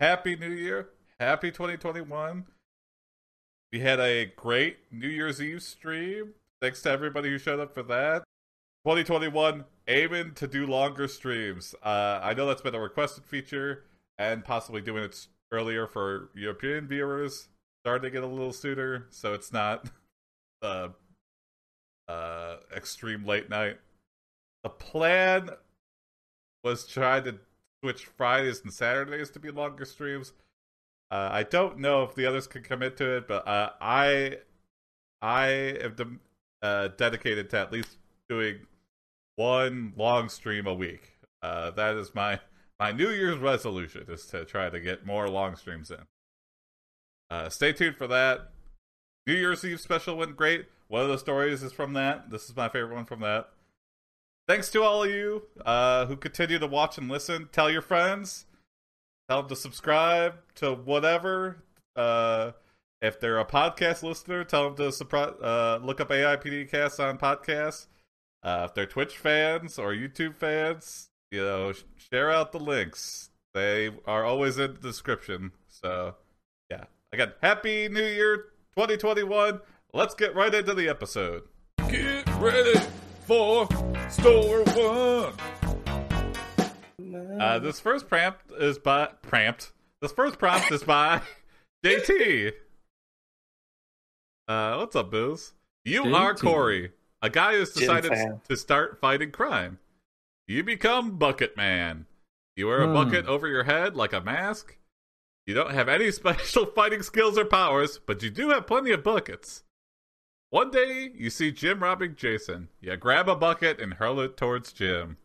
Happy New Year. Happy 2021. We had a great New Year's Eve stream. Thanks to everybody who showed up for that. 2021, aiming to do longer streams. Uh, I know that's been a requested feature and possibly doing it earlier for European viewers. Starting to get a little sooner, so it's not uh, uh, extreme late night. The plan was try to switch Fridays and Saturdays to be longer streams. Uh, I don't know if the others can commit to it, but uh, I I am de- uh, dedicated to at least doing one long stream a week. Uh, that is my my New Year's resolution is to try to get more long streams in. Uh, stay tuned for that. New Year's Eve special went great. One of the stories is from that. This is my favorite one from that. Thanks to all of you uh, who continue to watch and listen. Tell your friends. Tell them to subscribe to whatever. Uh, if they're a podcast listener, tell them to supri- uh, look up AIPD Cast on podcasts. Uh, if they're Twitch fans or YouTube fans, you know, sh- share out the links. They are always in the description. So, yeah. Again, Happy New Year 2021. Let's get right into the episode. Get ready for store one. Uh, this first prompt is by prompt. This first prompt is by JT. Uh, what's up, Booze? You are JT. Corey, a guy who's Jim decided fan. to start fighting crime. You become Bucket Man. You wear a Hmm. bucket over your head like a mask. You don't have any special fighting skills or powers, but you do have plenty of buckets. One day, you see Jim robbing Jason. You grab a bucket and hurl it towards Jim.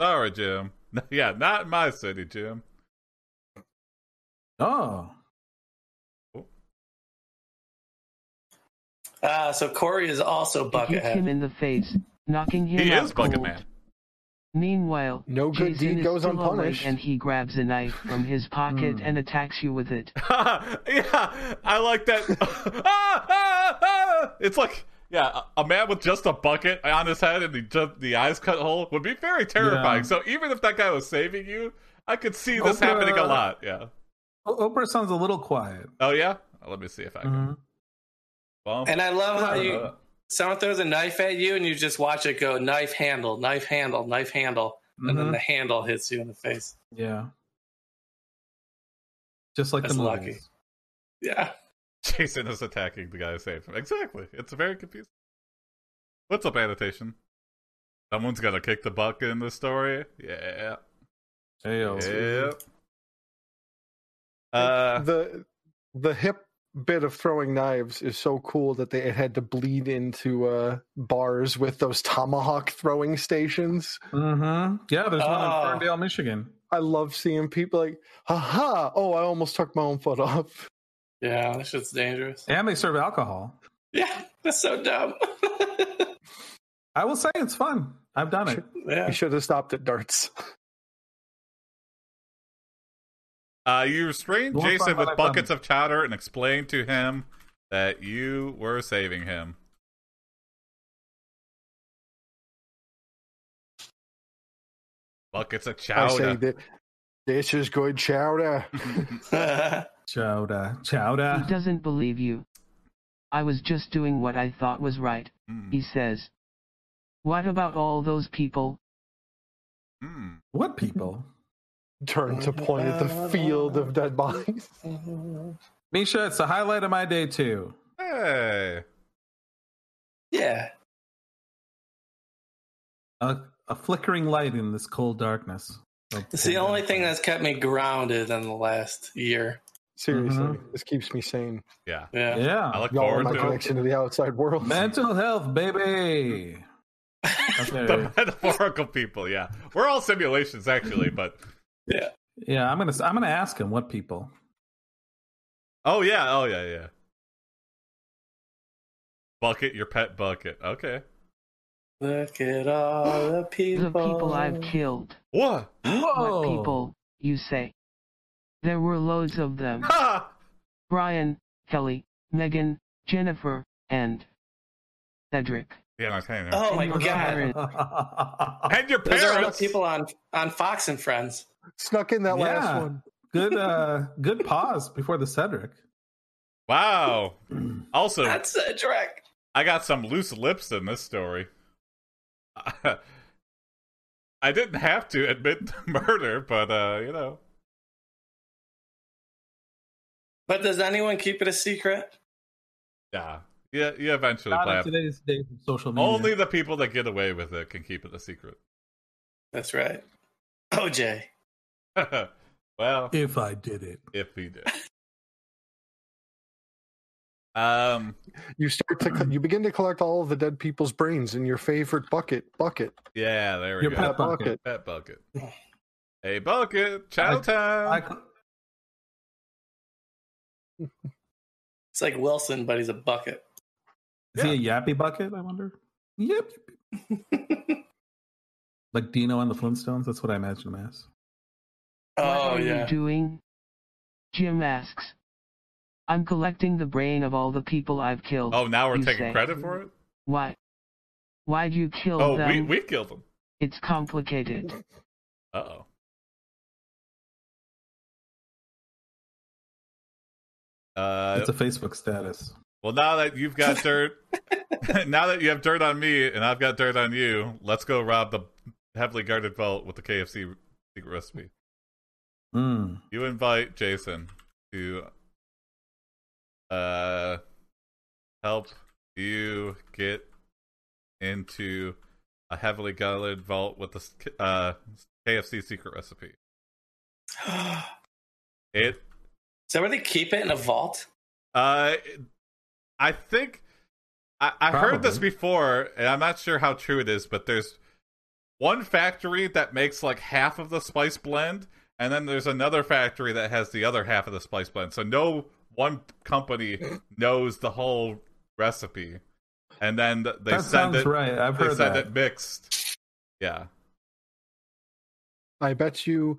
Sorry, Jim. yeah, not in my city, Jim. Oh, Ah, so Corey is also It hit him Buckethead. in the face, knocking him He out is Bucket cold. Man. Meanwhile, No good Jason deed is goes still unpunished. awake Hmm. and he grabs a knife from his pocket and attacks you with it. yeah, I like that. Ah, ah, ah. It's like, yeah, a a man with just a bucket on his head and the just the eyes cut hole would be very terrifying. Yeah. So even if that guy was saving you, I could see this Oprah- happening a lot. Yeah. O- Oprah sounds a little quiet. Oh yeah. Let me see if I can. Mhm. Bump. And I love how you Uh-huh. Uh, Mm-hmm. someone throws a knife at you and you just watch it go knife handle, knife handle, knife handle, and then Mhm. the handle hits you in the face. Yeah, just like That's the lucky. movies. Yeah. Jason is attacking the guy who saved him. Exactly. It's very confusing. What's up, annotation? Someone's gonna kick the bucket in this story. Yeah. Ayo. Yeah. Uh, the the hip bit of throwing knives is so cool that they it had to bleed into uh, bars with those tomahawk throwing stations. Mhm. Yeah, there's one Oh. in Ferndale, Michigan. I love seeing people like, haha, oh, I almost took my own foot off. Yeah, that shit's dangerous. And they serve alcohol. Yeah, that's so dumb. I will say it's fun. I've done it. I yeah. should have stopped at darts. Uh, you restrained Go on, Jason fine, with fine, buckets fine. of chowder and explained to him that you were saving him. Buckets of I say chowder. that this is good chowder. Chowda, He chowda. doesn't believe you. I was just doing what I thought was right, Mm, he says. What about all those people? mm. What people? Turn to point at the field of dead bodies. Misha, it's the highlight of my day too. Hey. yeah. A, a flickering light in this cold darkness. It's the only thing that's kept me grounded in the last year. Seriously, Mhm. this keeps me sane. Yeah. Yeah. I Yeah. look Y'all are forward my to it. connection to the outside world. Mental health, baby. The Okay. metaphorical people, yeah. We're all simulations, actually, but. yeah, I'm gonna I'm gonna ask him what people. Oh, yeah. Oh, yeah, yeah. Bucket, your pet bucket. Okay. Look at all the people. The people I've killed. What? Oh. What Oh. people, you say? There were loads of them. Ha! Brian, Kelly, Megan, Jennifer, and Cedric. Yeah, I'm saying. Oh my And your god. parents. Good And your Those are all the parents. people on on Fox and Friends. Snuck in that Yeah. last one. Good uh good pause before the Cedric. Wow. Also, That's a track. I got some loose lips in this story. I didn't have to admit to murder, but uh, you know, But does anyone keep it a secret? yeah, yeah, you eventually Not in blab. today's days of social media. Only the people that get away with it can keep it a secret. That's right. OJ. well, if I did it. if he did. Um, You start to co- you begin to collect all of the dead people's brains in your favorite bucket bucket. yeah, there we Your go. pet That bucket. Pet bucket. bucket. Hey, bucket, chow time. I co- It's like Wilson, but he's a bucket. is he a yappy bucket, I wonder? Yep. like Dino and the Flintstones, that's what I imagine him as. what Oh are yeah. you doing? Jim asks. I'm collecting the brain of all the people I've killed. oh, now we're you taking say. credit for it. Why? Why'd you kill Oh, them? we we killed him. It's complicated. Uh oh. Uh, It's a Facebook status. well, now that you've got dirt, now that you have dirt on me and I've got dirt on you, let's go rob the heavily guarded vault with the KFC secret recipe. Mm. You invite Jason to uh help you get into a heavily guarded vault with the uh, KFC secret recipe. It Is that where they keep it in a vault? Uh, I think I, I heard this Probably. before, and I'm not sure how true it is, but there's one factory that makes like half of the spice blend, and then there's another factory that has the other half of the spice blend. So no one company knows the whole recipe, and then th- they that send sounds it. right. I've They heard send that. it mixed. Yeah. I bet you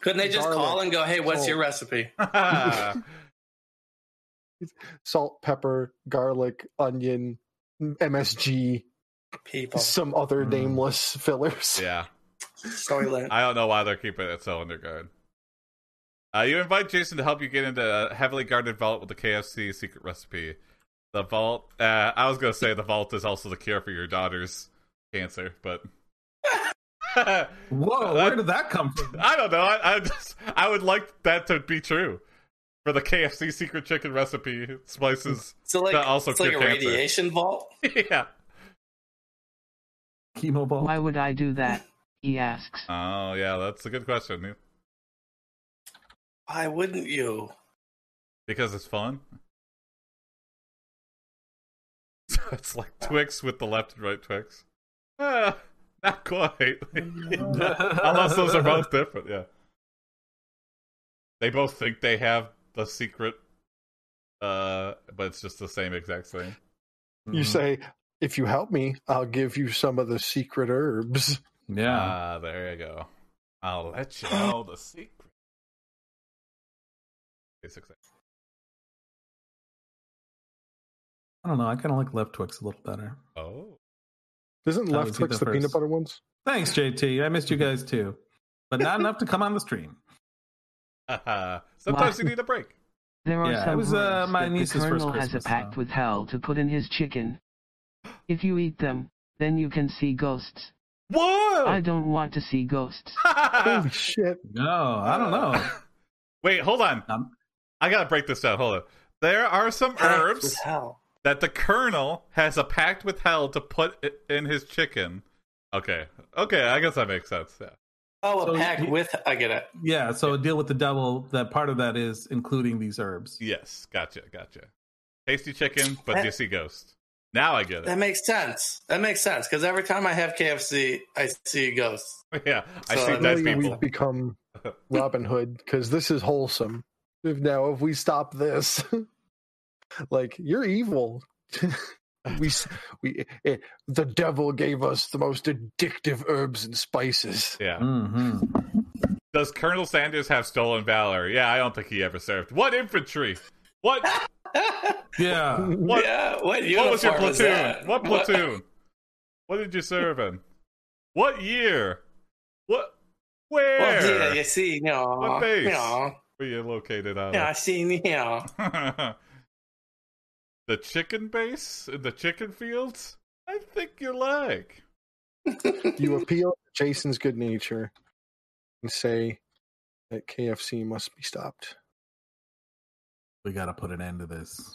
Couldn't they just call Garlic. and go, "Hey, what's Salt. your recipe?" salt, pepper, garlic, onion, MSG, People, some other Mm. nameless fillers. yeah. soylent. I don't know why they're keeping it so underguard. Uh, you invite Jason to help you get into a heavily guarded vault with the KFC secret recipe. The vault. Uh, I was gonna say the vault is also the cure for your daughter's cancer, but I That- Whoa, where did that come from? don't know. I, I just I would like that to be true for the KFC secret chicken recipe spices. So like, That also it's like a cure cancer. radiation vault. yeah. Chemo ball. Why would I do that? He asks. Oh yeah, that's a good question. Why wouldn't you? Because it's fun. So it's like Twix with the left and right Twix. Uh, not quite. Unless those are both different, yeah. They both think they have the secret, uh, but it's just the same exact thing. Hmm. Mm-hmm. You say, if you help me, I'll give you some of the secret herbs. Yeah. Ah, there you go. I'll let you know the secret. Basic thing. I don't know. I kind of like left Twix a little better. Oh. Doesn't That left was good Twix the the peanut first. butter ones? Thanks, JT. I missed you guys too, but not enough to come on the stream. Sometimes you need a break. There are Yeah, it some was, uh, words my that the niece's first colonel has Christmas, uh. a pact so- with hell to put in his chicken. If you eat them, then you can see ghosts. I Oh. Whoa! don't want to see ghosts. Ah, Holy shit. No, I don't know. Wait, hold on. Um, I gotta break this down. Hold on. There are some herbs Hell. that the colonel has a pact with hell to put i- in his chicken. Okay. Okay, I guess that makes sense. Yeah. Oh, a So pack you- with. I get it. yeah. So a deal with the devil. That part of that is including these herbs. Yes, gotcha, gotcha. Tasty chicken, but you see ghost. Now I get That it. makes sense. That makes sense because every time I have KFC, I see ghosts. Yeah, I So see I dead Really, people. we've become Robin Hood because this is wholesome. If now, if we stop this, like you're evil. we s- we eh, the devil gave us the most addictive herbs and spices. Yeah. hmm Does Colonel Sanders have stolen valor? Yeah, I don't think he ever served. What infantry? What? Yeah. What? yeah. What uniform what was your is platoon? that? what platoon? What? did you serve in? What year? What? Where? Well, yeah, you see, you know, What base? you know, Where you located out? yeah, I seen, you know, of? the chicken base in the chicken fields? I think you're like. You appeal to Jason's good nature and say that KFC must be stopped. We gotta put an end to this.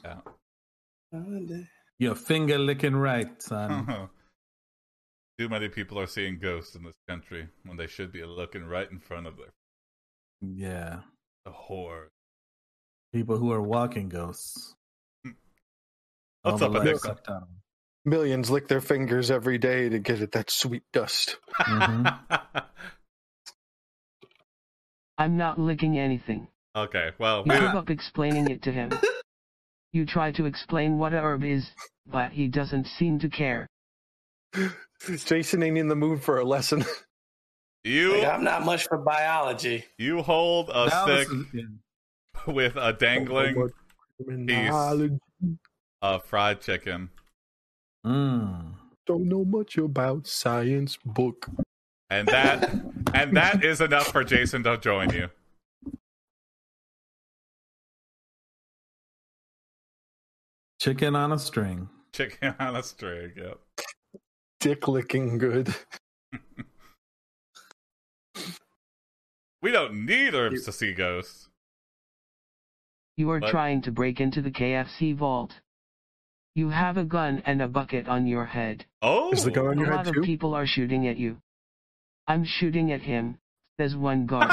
yeah, Your finger licking right, son. Too many people are seeing ghosts in this country when they should be looking right in front of them. yeah. The horror. People who are walking ghosts. What's All up, the life Nick? sucked out of them. Millions lick their fingers every day to get at that sweet dust. I'm not licking anything. okay, well, You we- give up explaining it to him. You try to explain what a herb is, but he doesn't seem to care. Jason ain't in the mood for a lesson. you I'm not much for biology. you hold a Now this stick is- Oh, yeah. with a dangling Knowledge, of fried chicken, Mm. Don't know much about science book. and that and that is enough for Jason to join you. Chicken on a string. Chicken on a string. Yep. Dick licking good. We don't need herbs to see ghosts. You are What? trying to break into the KFC vault. You have a gun and a bucket on your head. Oh, Is the gun A on your head lot of too? people are shooting at you. I'm shooting at him, says one guard.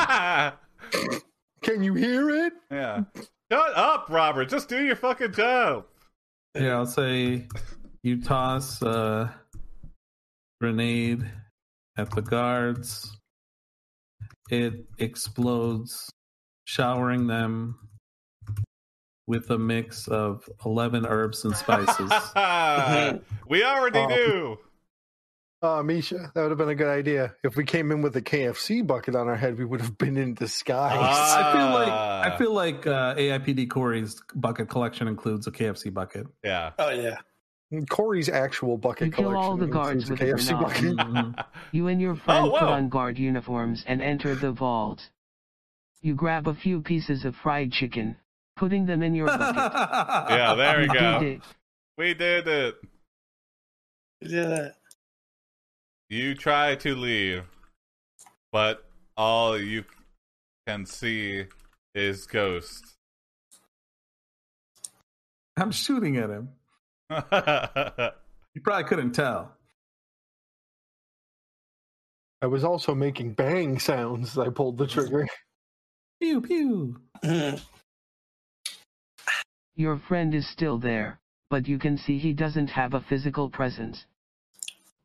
Can you hear it? yeah. Shut up, Robert. Just do your fucking job. Here, I'll say you toss a grenade at the guards. It explodes, showering them with a mix of 11 herbs and spices. we already Um, knew. Uh, Misha, that would have been a good idea. If we came in with a KFC bucket on our head, we would have been in disguise. Ah. I feel like I feel like uh, AIPD Corey's bucket collection includes a KFC bucket. Yeah. Oh yeah, Corey's actual bucket You kill collection all the guards includes with a a KFC banana. bucket. Mhm. You and your friend put wow. on guard uniforms and enter the vault. You grab a few pieces of fried chicken, putting them in your bucket. Yeah, there we You go. did it. We did it. you did that. You try to leave, but all you can see is ghosts. I'm shooting at him. That's You probably couldn't tell. I was also making bang sounds. as I pulled the trigger. Pew pew. Mhm. Your friend is still there, but you can see he doesn't have a physical presence.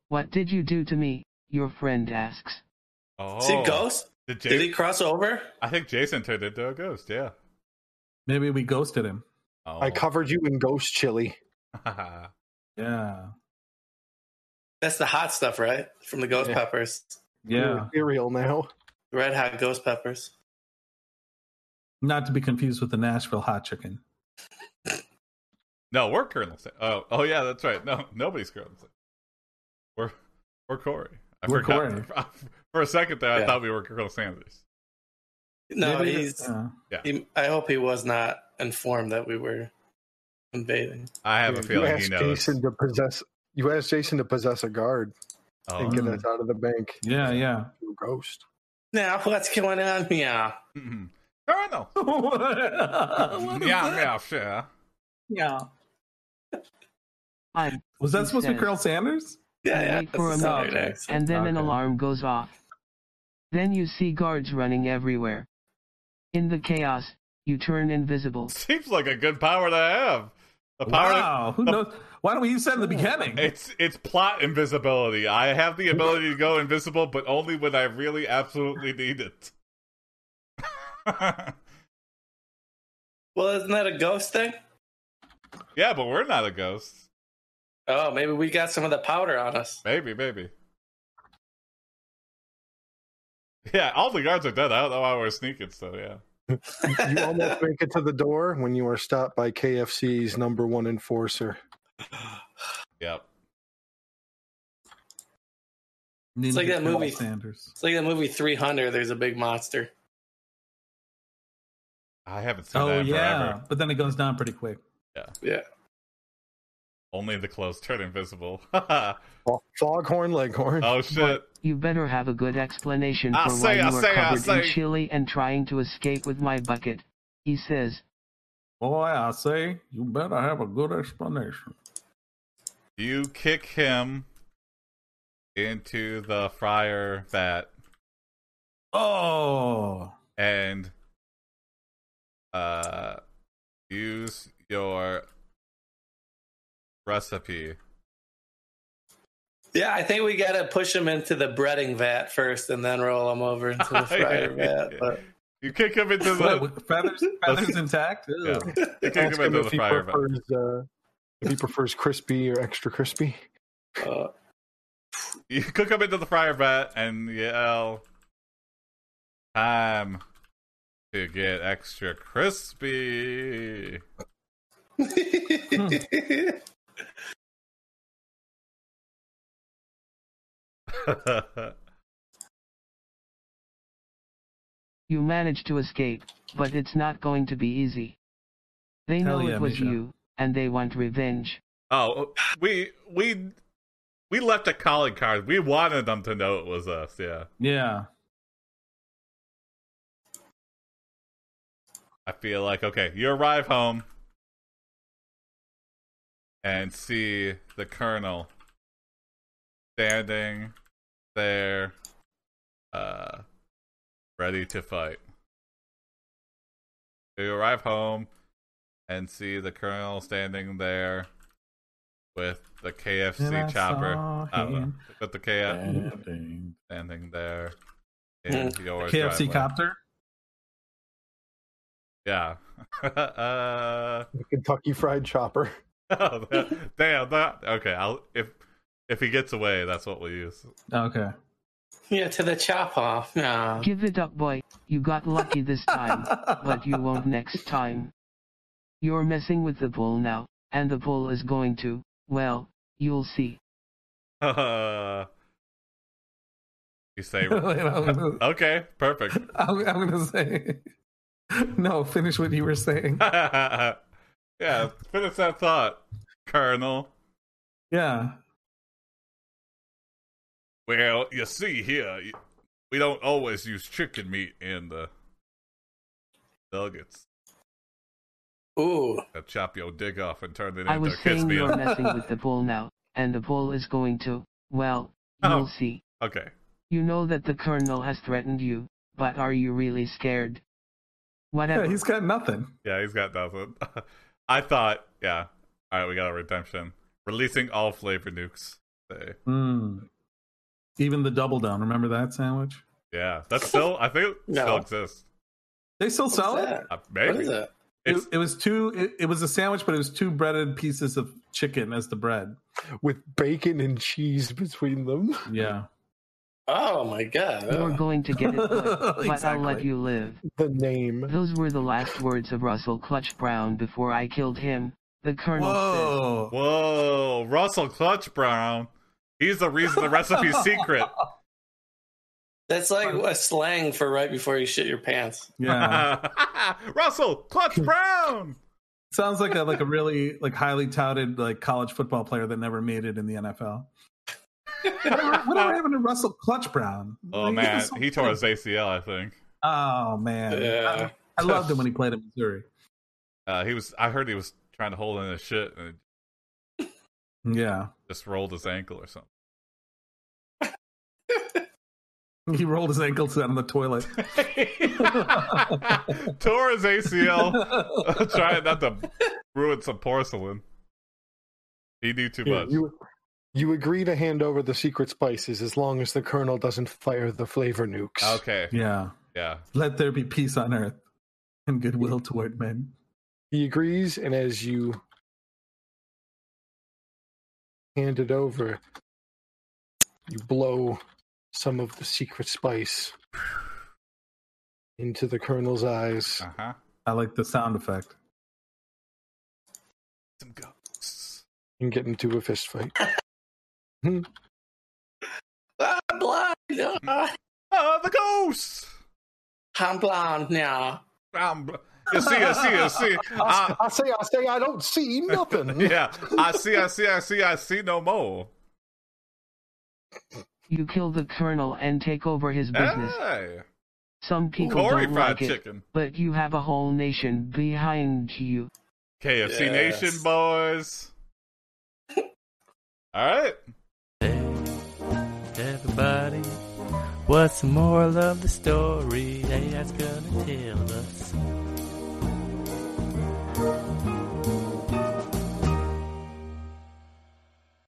What did you do to me? Your friend asks. oh. See ghost? Did, Did Ja- he cross over? I think Jason turned into a ghost. Yeah. Maybe we ghosted him. Oh. I covered you in ghost chili. Yeah. That's the hot stuff, right? From the ghost Yeah. peppers, Yeah. You're ethereal now. red hot ghost peppers. Not to be confused with the Nashville hot chicken. no, we're Colonel Sanders. Oh, oh yeah, that's right. No, nobody's Colonel Sanders. We're we're Corey. I We're forgot. For a second there, I Yeah. thought we were Colonel Sanders. No, Maybe- uh, he's. yeah. He, I hope he was not informed that we were invading. I have a you feeling he asked knows. Jason to possess. You asked Jason to possess a guard Oh. and get Ah. us out of the bank. yeah, yeah. You ghost. Now what's going on? Yeah, Mhm. Colonel. Oh, What is Yeah, that? yeah, sure. yeah. I'm Was that He supposed to be says- Colonel Sanders? yeah, yeah. Wait for that's a the minute. Southern accent. and then an Okay. alarm goes off. Then you see guards running everywhere. In the chaos, you turn invisible. Seems like a good power to have. The power. to- Wow. Who knows? Why don't we use that in the beginning? It's it's plot invisibility. I have the ability to go invisible, but only when I really absolutely need it. Well, isn't that a ghost thing? yeah, but we're not a ghost. Oh, maybe we got some of the powder on us. Maybe, maybe. Yeah, all the guards are dead. I don't know why we're sneaking, so yeah. You almost make it to the door when you are stopped by KFC's number one enforcer. Yep. Ninja like that Colonel movie. Sanders. It's like that movie 300. There's a big monster. I haven't seen that Oh in yeah, forever. but then it goes down pretty quick. Yeah. Only the clothes turn invisible. oh Foghorn Leghorn. shit. You better have a good explanation I for say, why you I are say, I covered in say. chili and trying to escape with my bucket. He says, Boy, I say you better have a good explanation. You kick him into the fryer vat Oh, and uh use your recipe. Yeah, I think we got to push them into the breading vat first and then roll them over into the fryer vat. But You kick him into what, the with feathers, feathers intact. Ew. yeah. You kick Ask him him into if the he fryer vat. prefers, uh, if he prefers crispy or extra crispy. uh, You cook him into the fryer vat and yell, "Time to get extra crispy." You manage to escape, but it's not going to be easy. They Hell know yeah, it was Misha. you, and they want revenge. oh, we we we left a calling card. We wanted them to know it was us. Yeah, yeah. I feel like okay. You arrive home and see the colonel standing there, uh, ready to fight. You arrive home and see the colonel standing there with the And I KFC saw chopper. I don't know. him With the KFC standing. standing there in Mm. your KFC driveway. copter. Yeah. uh, The Kentucky Fried Chopper. oh, that- damn that. Okay, I'll if if he gets away, that's what we'll use. Okay. yeah, to the chop off. No. Give it up, boy. You got lucky this time, but you won't next time. You're messing with the bull now, and the bull is going to, well, you'll see. you say Wait, I'm, gonna, okay, perfect. I'm, I'm gonna say no. Finish what you were saying. yeah, finish that thought, Colonel. Yeah. Well, you see here, we don't always use chicken meat in the nuggets. Ooh. They'll chop your dig off and turn it I into was a kids saying meal. you're messing with the bull now, and the bull is going to, well, Oh. you'll see. Okay. You know that the colonel has threatened you, but are you really scared? Whatever. Yeah. He's got nothing. Yeah, he's got nothing. I thought, yeah. All right, we got a redemption. Releasing all flavor nukes. Say. Mm. Even the double down. Remember that sandwich? Yeah, that's still. I think it No. still exists. They still sell What's it. that? Uh, What maybe is that? It, it's it was two. It, it was a sandwich, but it was two breaded pieces of chicken as the bread. with bacon and cheese between them. Yeah. Oh my god. Oh. You're going to get it, boy, but I'll let Exactly. you live. The name. Those were the last words of Russell Clutch Brown before I killed him. The colonel says, Whoa. whoa, Russell Clutch Brown. He's the reason the recipe's secret. That's like a slang for right before you shit your pants. Yeah. Russell Clutch Brown. Sounds like a like a really like highly touted like college football player that never made it in the NFL. Whatever, whatever happened to Russell Clutch Brown? Oh Like, man, was so he tore good. his ACL. I think Oh man, Yeah. I, I loved him when he played at Missouri. uh, he was. I heard he was trying to hold in his shit and it Yeah, just rolled his ankle or something. he rolled his ankles down the toilet. tore his ACL. trying not to ruin some porcelain. He knew too Here, much. You, you agree to hand over the secret spices as long as the colonel doesn't fire the flavor nukes. Okay, yeah, yeah. let there be peace on earth and goodwill toward men. He agrees, and as you hand it over, you blow some of the secret spice into the colonel's eyes. Uh huh. I like the sound effect. Some ghosts. and get into a fist fight. Ah, blind. Ah, Uh, the ghost. I'm blind now. Um, you see, I see, I see. I, I, I say, I say, I don't see nothing. Ah. yeah, I see, I see, I see, I see no more. You kill the colonel and take over his business. Hey, Some people Ah, Corey don't fried like it, chicken. but you have a whole nation behind you. KFC Yes. Nation boys. All right, Everybody, what's the moral of the story? AI's gonna tell us.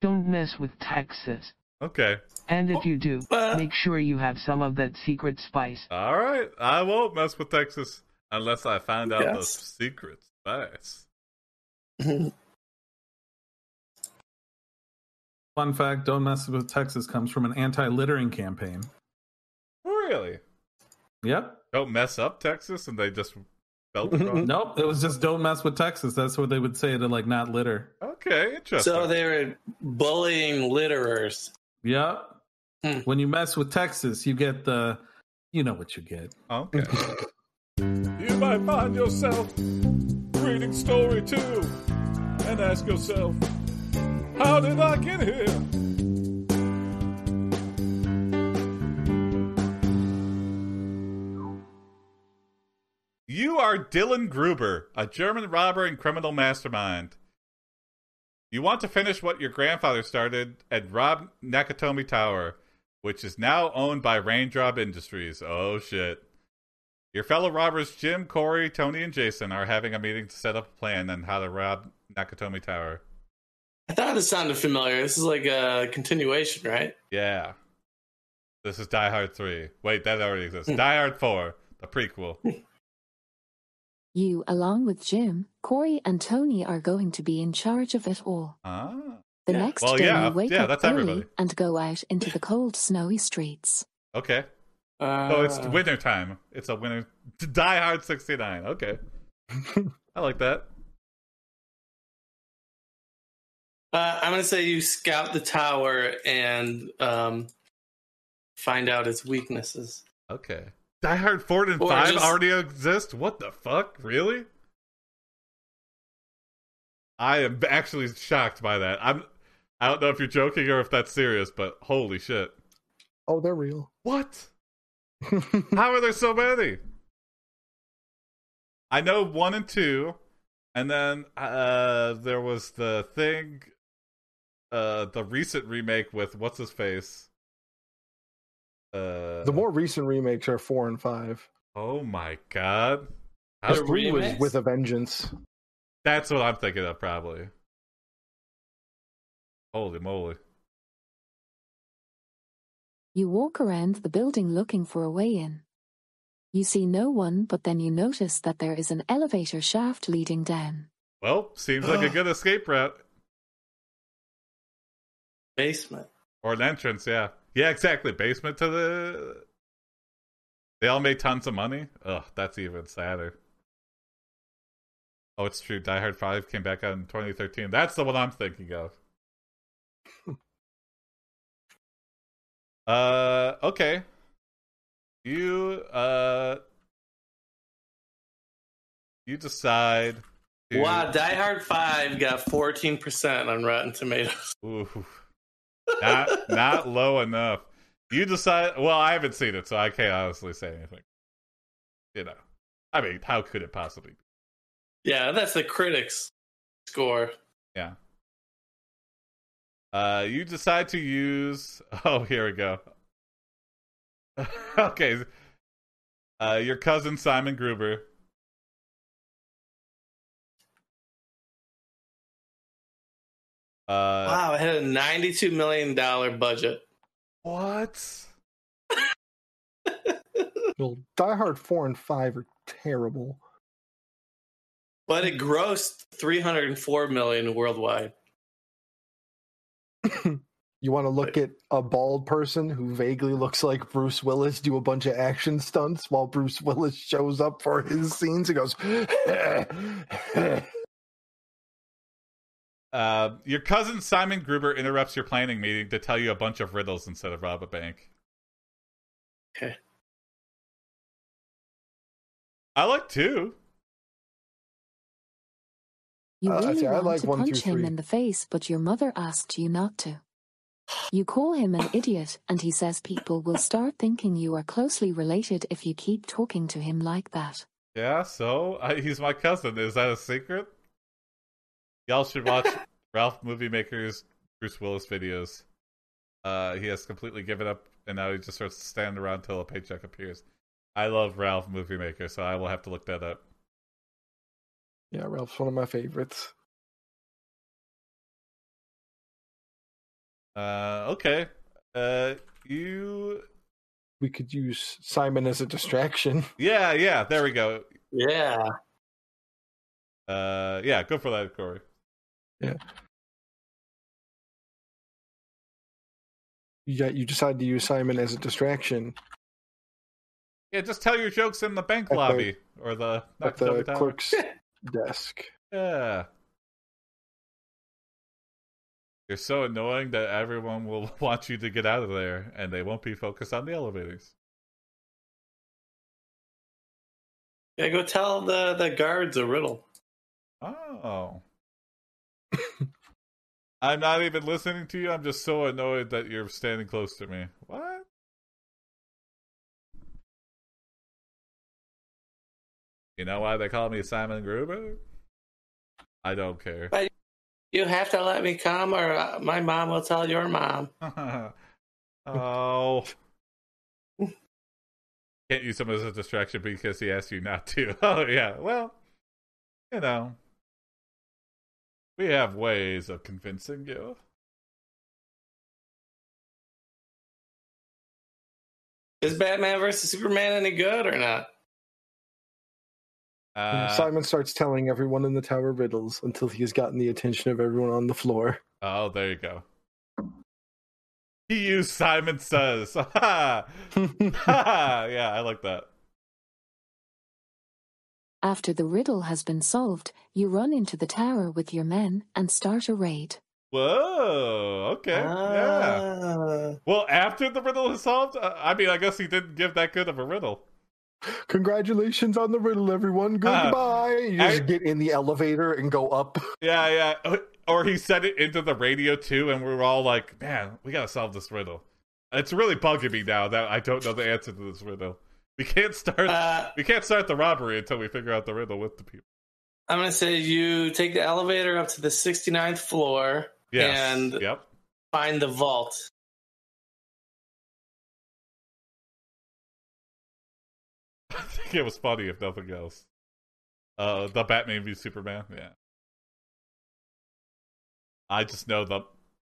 Don't mess with taxes. okay, And Oh, if you do, ah. Uh. make sure you have some of that secret spice. all right. I won't mess with Texas unless I find out the Yes. secret spice. Fun fact Don't Mess with Texas comes from an anti littering campaign. Really? Yep. Don't mess up Texas, and they just felt wrong. Nope. It was just Don't Mess with Texas. That's what they would say to like not litter. Okay, interesting. So they were bullying litterers. Yep. Hmm. When you mess with Texas, you get the, you know what you get. Oh, okay. You might find yourself reading story two and ask yourself, how did I get here? You are Dylan Gruber, a German robber and criminal mastermind. You want to finish what your grandfather started at Rob Nakatomi Tower, which is now owned by Raindrop Industries. Oh shit. Your fellow robbers Jim, Corey, Tony, and Jason are having a meeting to set up a plan on how to rob Nakatomi Tower. I thought it sounded familiar. This is like a continuation, right? Yeah. This is Die Hard 3. Wait, that already exists. Die Hard 4, the prequel. You, along with Jim, Corey, and Tony, are going to be in charge of it all. Ah. The Yeah. next Well, day, yeah, you wake yeah, up that's early everybody. and go out into the cold, snowy streets. Okay. Uh, Oh, it's winter time. It's a winter. Die Hard 69. Okay. I like that. Uh, I'm gonna say you scout the tower and um, find out its weaknesses. Okay. Die Hard 4 and Or 5 just- already exist? What the fuck? Really? I am actually shocked by that. I'm I don't know if you're joking or if that's serious, but holy shit. Oh, they're real. What? How are there so many? I know 1 and 2 and then uh there was the thing uh the recent remake with what's his face? Uh the more recent remakes are four and five. Oh my god. How The did- Three was remakes? with a vengeance. That's what I'm thinking of, probably. Holy moly. You walk around the building looking for a way in. You see no one, but then you notice that there is an elevator shaft leading down. Well, seems like a good escape route. Basement. Or an entrance, yeah. Yeah, exactly. Basement to the. They all made tons of money? Ugh, that's even sadder. Oh, it's true. Die Hard 5 came back out in 2013. That's the one I'm thinking of. uh, okay. You, uh. You decide. to- Wow, Die Hard Five got 14 percent on Rotten Tomatoes. Ooh. Not not low enough. You decide well, I haven't seen it, so I can't honestly say anything. You know. I mean, how could it possibly be? Yeah, that's the critics' score. Uh you decide to use oh here we go. okay. Uh your cousin Simon Gruber. Uh Wow, it had a 92 million dollar budget. what? Well, Die Hard four and five are terrible. But it grossed 304 million worldwide. You want to look at a bald person who vaguely looks like Bruce Willis do a bunch of action stunts while Bruce Willis shows up for his scenes and goes, Uh, your cousin Simon Gruber interrupts your planning meeting to tell you a bunch of riddles instead of rob a bank. I like two. You Uh, I really see, I want like to one, two, punch him three. in the face, but your mother asked you not to. You call him an idiot, and he says people will start thinking you are closely related if you keep talking to him like that. Yeah, so I, he's my cousin. Is that a secret? Y'all should watch Ralph Movie Maker's Bruce Willis videos. Uh, he has completely given up, and now he just starts standing around till a paycheck appears. I love Ralph Movie Maker, so I will have to look that up. Yeah, Ralph's one of my favorites. Uh, okay. Uh, you. We could use Simon as a distraction. Yeah, yeah. There we go. Yeah. Uh, yeah. Go for that, Corey. You got, you decide to use Simon as a distraction Yeah, just tell your jokes in the bank At the- lobby or the at Nakatomi the Tower. clerk's desk. Yeah. You're so annoying that everyone will want you to get out of there and they won't be focused on the elevators. Yeah, go tell the, the guards a riddle. Oh. I'm not even listening to you. I'm just so annoyed that you're standing close to me. What? You know why they call me Simon Gruber? I don't care. You have to let me come, or uh, my mom will tell your mom. oh. Can't use him as a distraction because he asked you not to. Oh, yeah. Well, you know, we have ways of convincing you. Is Batman versus Superman any good or not? Uh, Simon starts telling everyone in the tower riddles until he has gotten the attention of everyone on the floor. oh, there you go. He used Simon Says. Ha ha. Yeah, I like that. After the riddle has been solved, you run into the tower with your men and start a raid. Whoa. Okay. Yeah. Ah. Well, after the riddle is solved, uh, I mean, I guess he didn't give that good of a riddle. Congratulations on the riddle, everyone. Goodbye. you just Ah. I- get in the elevator and go up. Yeah, yeah. Or- Or he said it into the radio too, and we were all like, "Man, we gotta solve this riddle." It's really bugging me now that I don't know the answer to this riddle. We can't start. Uh, we can't start the robbery until we figure out the riddle with the people. I'm going to say you take the elevator up to the 69th floor Yes. and Yep. find the vault. I think it was funny, if nothing else. Uh, the Batman v Superman. Yeah. I just know the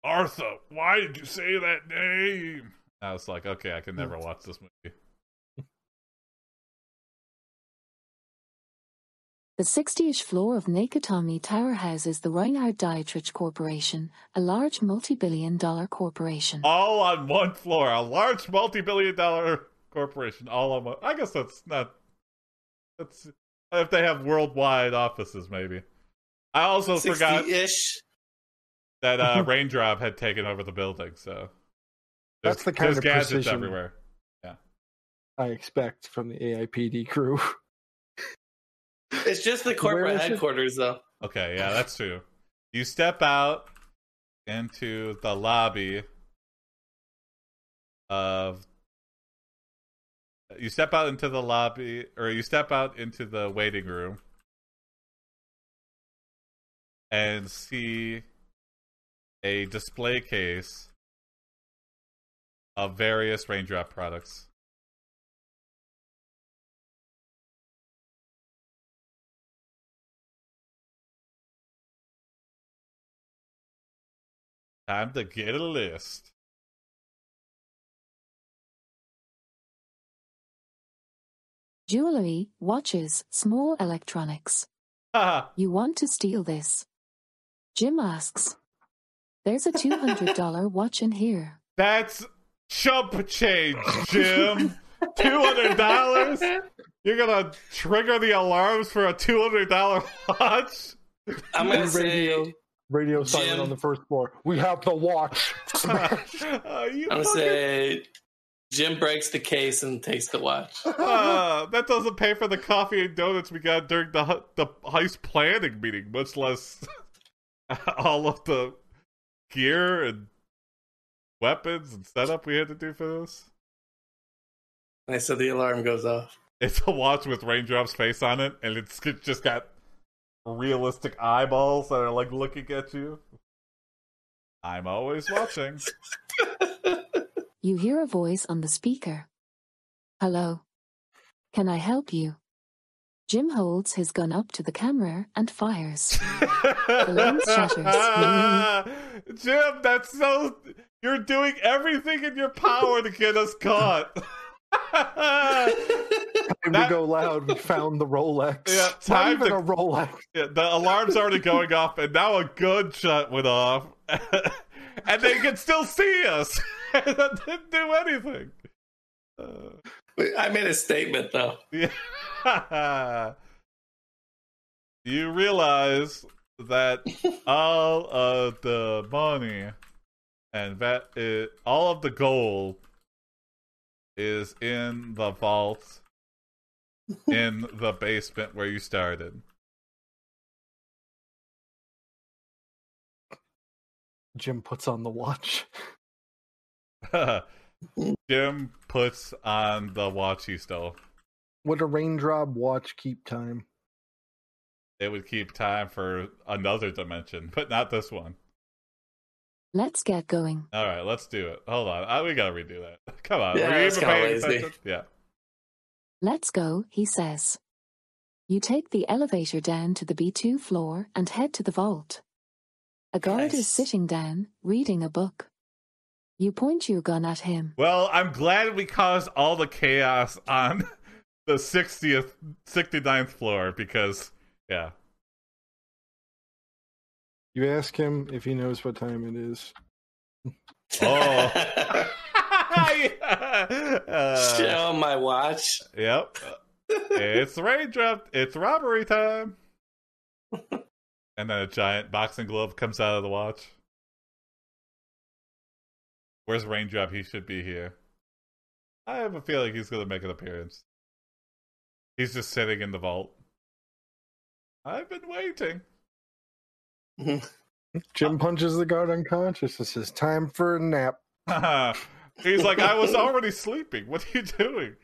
Arthur. Why did you say that name? I was like, okay, I can never watch this movie. The 60-ish floor of Nakatomi Tower houses the Reinhard Dietrich Corporation, a large multi-billion dollar corporation. all on one floor. A large multi-billion dollar corporation, all on one. I guess that's not. That's if they have worldwide offices, maybe. I also Oh, forgot 60 ish. that uh, Raindrop had taken over the building, so there's- That's the kind there's of gadgets precision. everywhere. I expect from the AIPD crew. It's just the Where corporate is it? headquarters, though. Okay, yeah, that's true. You step out into the lobby of you step out into the lobby or you step out into the waiting room and see a display case of various raindrop products. Time to get a list. Jewelry, watches, small electronics. Ha! You want to steal this? Jim asks. There's a $200 watch in here. That's chump change, Jim. Two hundred dollars. You're gonna trigger the alarms for a two hundred dollar watch. I'm going to say. radio, radio silent Jim. on the first floor. We have the watch. Uh, you I'm gonna fucking- say, Jim breaks the case and takes the watch. Uh, that doesn't pay for the coffee and donuts we got during the hu- the heist planning meeting, much less all of the gear and weapons and setup we had to do for this. And so the alarm goes off. It's a watch with raindrops face on it, and it's it just got realistic eyeballs that are like looking at you. I'm always watching. You hear a voice on the speaker. Hello. Can I help you? Jim holds his gun up to the camera and fires. lens shatters. Jim, that's so. You're doing everything in your power to get us caught. Time That- to go loud. We found the Rolex. Yeah, Not time even to- a Rolex. Yeah, the alarm's already going off, and now a gunshot went off, and they can still see us. and that didn't do anything. Uh, Wait, I made a statement though. yeah. you realize that all of the money and that i- all of the gold is in the vault in the basement where you started. Jim puts on the watch. Jim puts on the watch he stole. Would a raindrop watch keep time? It would keep time for another dimension, but not this one. Let's get going. All right, let's do it. Hold on, I, we gotta redo that. Come on, Yeah, were you that's even kinda paying lazy. attention? Yeah. Let's go, he says. You take the elevator down to the B2 floor and head to the vault. A guard Nice. is sitting down, reading a book. You point your gun at him. Well, I'm glad we caused all the chaos on the 60th, 69th floor because, yeah, You ask him if he knows what time it is. Oh. Uh, Show my watch. Yep. it's raindrop. It's robbery time. and then a giant boxing glove comes out of the watch. Where's Raindrop? He should be here. I have a feeling he's going to make an appearance. He's just sitting in the vault. I've been waiting. Uh, Jim punches the guard unconscious and says, Time for a nap. he's like, I was already sleeping. What are you doing?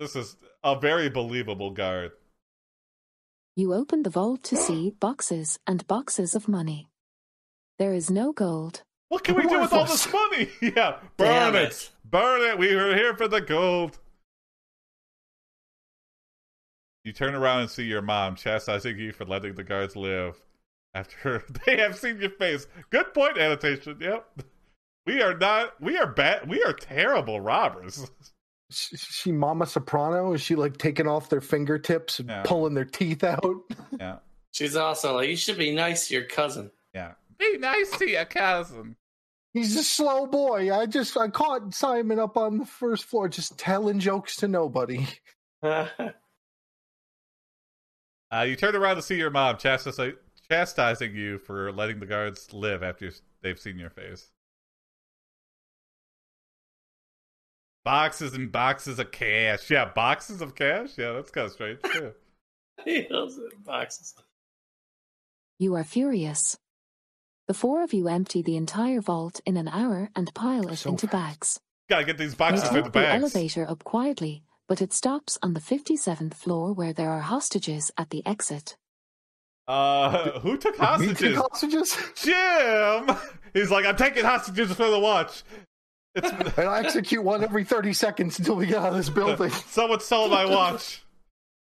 This is a very believable guard. You open the vault to see boxes and boxes of money. There is no gold. What can we do with all this money? yeah, burn Damn it. it. burn it. We were here for the gold. You turn around and see your mom chastising you for letting the guards live after they have seen your face. Good point, annotation. Yep, we are not. We are bad. We are terrible robbers. She, she Mama Soprano? Is she like taking off their fingertips and No. pulling their teeth out? Yeah, She's also like, you should be nice to your cousin. yeah. Be nice to your cousin. He's a slow boy. I just I caught Simon up on the first floor just telling jokes to nobody. Uh, you turn around to see your mom chastising, chastising you for letting the guards live after they've seen your face. Boxes and boxes of cash. Yeah, boxes of cash. Yeah, that's kind of strange too. he loves it. boxes. You are furious. The four of you empty the entire vault in an hour and pile it So into fast. bags. Gotta get these You boxes through the take the bags. elevator up quietly, but it stops on the 57th floor where there are hostages at the exit. Uh, who took You hostages? take hostages? Jim. He's like, I'm taking hostages for the watch. And I execute one every 30 seconds until we get out of this building. Someone stole my watch.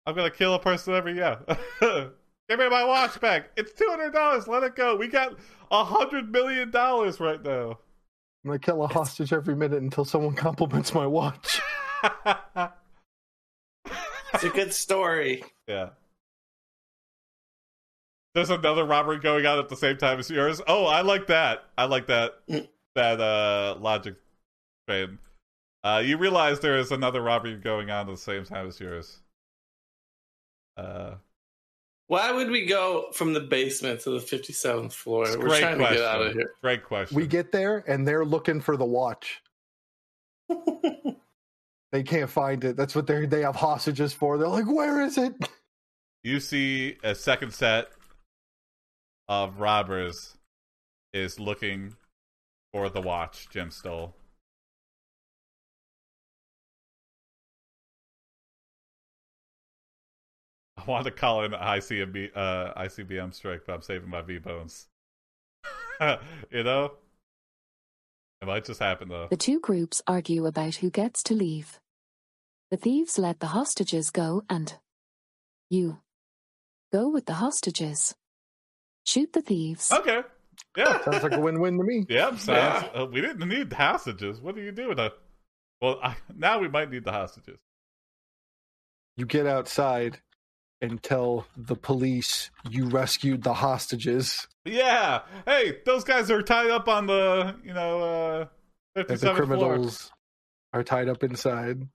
I'm gonna kill a person every year. Give me my watch back. It's two hundred dollars. Let it go. We got a hundred million dollars right now. I'm gonna kill a hostage every minute until someone compliments my watch. It's a good story. yeah. There's another robbery going on at the same time as yours. Oh, I like that. I like that that uh logic train. Uh you realize there is another robbery going on at the same time as yours. Uh Why would we go from the basement to the 57th floor? It's a We're great trying to question. get out of here. Great question. We get there and they're looking for the watch. They can't find it. That's what they they have hostages for. They're like, where is it? you see a second set of robbers is looking for the watch Jim stole. I want to call in ICB, uh, ICBM strike, but I'm saving my V bones. you know, it might just happen though. The two groups argue about who gets to leave. The thieves let the hostages go and. You. Go with the hostages. Shoot the thieves. Okay, yeah. Sounds like a win win to me. Yeah, sounds. Uh, we didn't need hostages. What are you doing? Uh, well, I, now we might need the hostages. You get outside and tell the police you rescued the hostages Yeah. Hey, those guys are tied up on the, you know, uh, and the 57th floor. criminals are tied up inside.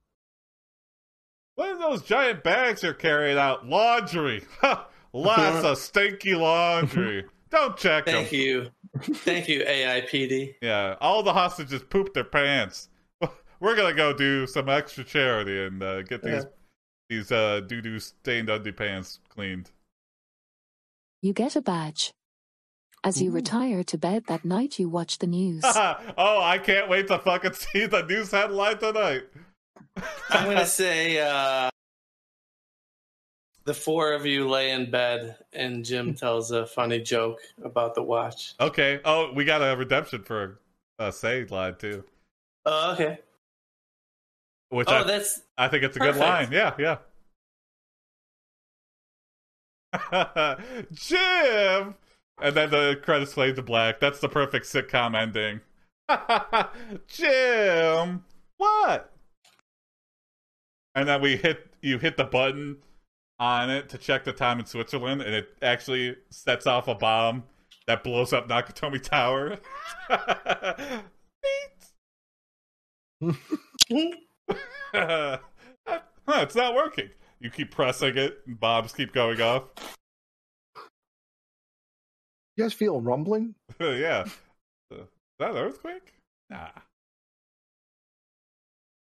What are those giant bags you're carrying out? Laundry. Ha! Lots of stinky laundry. Don't check them. Thank you. Thank you, AIPD. Yeah, all the hostages pooped their pants. We're gonna go do some extra charity and uh, get these these uh, doo doo stained undie pants cleaned. You get a badge. As you retire to bed that night, you watch the news. oh, I can't wait to fucking see the news headline tonight. I'm going to say uh, the four of you lay in bed, and Jim tells a funny joke about the watch. Okay. Oh, we got a redemption for a say line too, Oh, okay. which Oh, I, that's I think it's a good line. perfect. Yeah, yeah. Jim, and then the credits fade to black. That's the perfect sitcom ending. Jim, what? And then we hit you hit the button on it to check the time in Switzerland, and it actually sets off a bomb that blows up Nakatomi Tower. Huh, it's not working. You keep pressing it, and bombs keep going off. You guys feel rumbling? yeah. Uh, Is that an earthquake? Nah.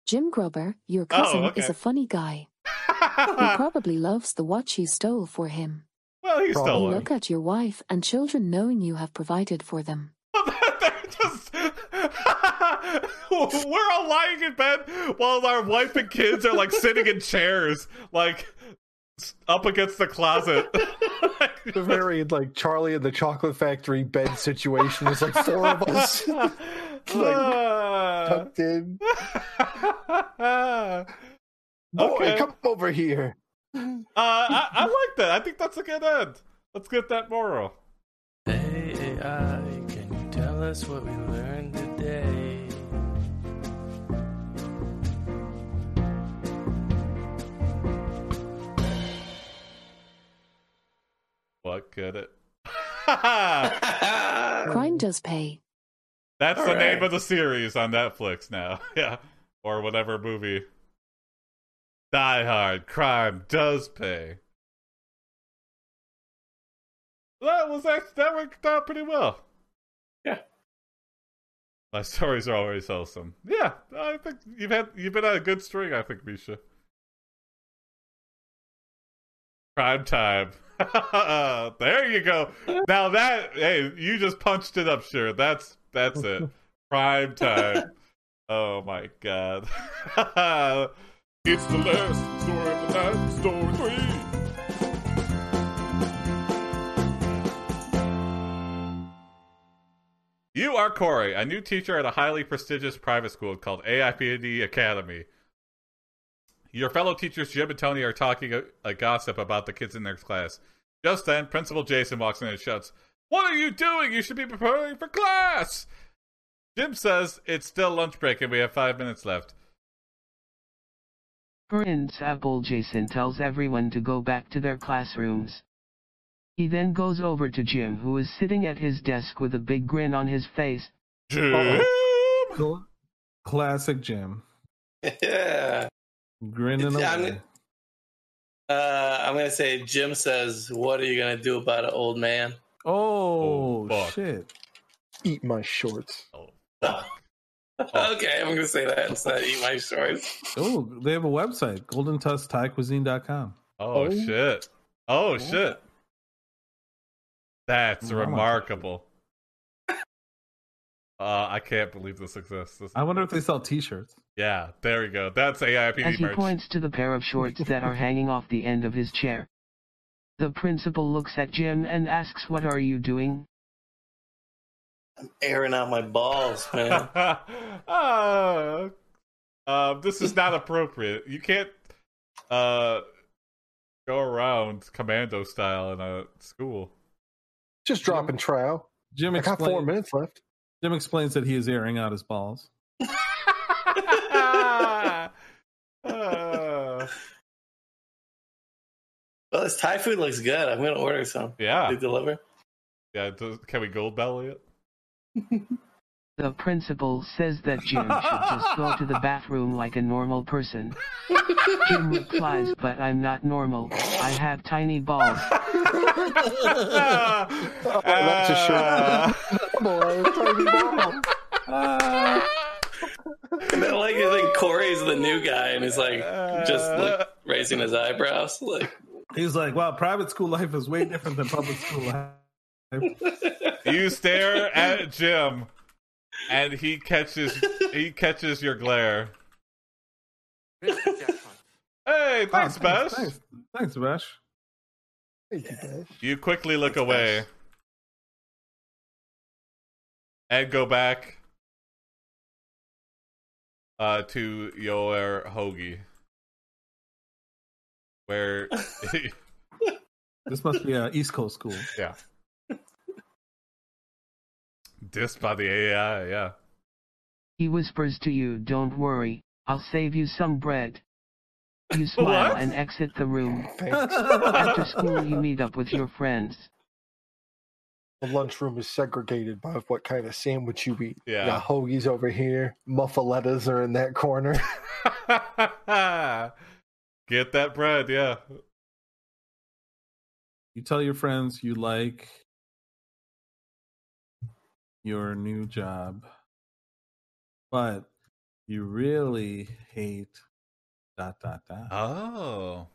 Jim Grubber, your cousin, okay. is a funny guy. He probably loves the watch you stole for him. well, he's You still Probably. alive. look at your wife and children knowing you have provided for them. They're just- We're all lying in bed while our wife and kids are like sitting in chairs, like s- up against the closet. The very like Charlie and the Chocolate Factory bed situation is like four of us Ah. tucked in. uh, Boy, Okay. come over here. Uh, I, I like that. I think that's a good end. Let's get that moral. Hey AI, can you tell us what we learned today? What could it? Oh. Crime does pay. That's the All name right. of the series on Netflix now. yeah. Or whatever movie. Die Hard Crime Does Pay. That was actually, that worked out pretty well. Yeah. My stories are always wholesome. Yeah, I think you've had you've been on a good string, I think, Misha. Prime time. there you go. Now that hey, you just punched it up, sure. That's that's it. Prime time. Oh my god. It's the last story of the night, story three. you are Corey, a new teacher at a highly prestigious private school called AIPD Academy. Your fellow teachers Jim and Tony are talking a, a gossip about the kids in their class. Just then, Principal Jason walks in and shouts, "What are you doing? You should be preparing for class." Jim says, "It's still lunch break and we have 5 minutes left." Prince Apple Jason tells everyone to go back to their classrooms. He then goes over to Jim, who is sitting at his desk with a big grin on his face. Jim Oh, Cl- Classic Jim. yeah. Grinning It's- I'm- away. Uh, I'm gonna say Jim says, "What are you gonna do about it, old man?" Oh, Oh, fuck. shit. Eat my shorts. Oh, okay, I'm gonna say that instead. Eat my shorts. Oh, they have a website, goldentuskthaicuisine.com. oh Oh. shit. Oh shit. That's Oh, my God. remarkable. Uh, I can't believe this exists. This- I wonder if they sell t-shirts. yeah, there we go. That's AIPD as he merch. points to the pair of shorts that are hanging off the end of his chair. The principal looks at Jim and asks, What are you doing? Airing out my balls, man. Ah, um, this is not appropriate. You can't uh, go around commando style in a school. Just drop and try out. Jim I got four explains, minutes left. Jim explains that he is airing out his balls. Ah, ah. well, this Thai food looks good. I'm gonna order some. They yeah, deliver. yeah. does- Can we gold belly it? The principal says that Jim should just go to the bathroom like a normal person. Jim replies, But I'm not normal. I have tiny balls. oh, that's a shirt. Boy, tiny ball. And then, like, I think Corey's the new guy, and he's like just like raising his eyebrows. Like, He's like, wow, private school life is way different than public school life. you stare at Jim, and he catches he catches your glare. Hey, thanks, Oh, Bash. Thanks, thanks, Bash. Thank you, Dad. You quickly look away and go back uh, to your hoagie, where This must be a East Coast school. dissed by the AI. Yeah. He whispers to you, Don't worry, I'll save you some bread. You smile What? and exit the room. Thanks. After school, you meet up with your friends. The lunchroom is segregated by what kind of sandwich you eat. Yeah. Now, hoagies over here, muffalettas are in that corner. Get that bread, yeah. You tell your friends you like your new job, but you really hate dot dot dot. Oh,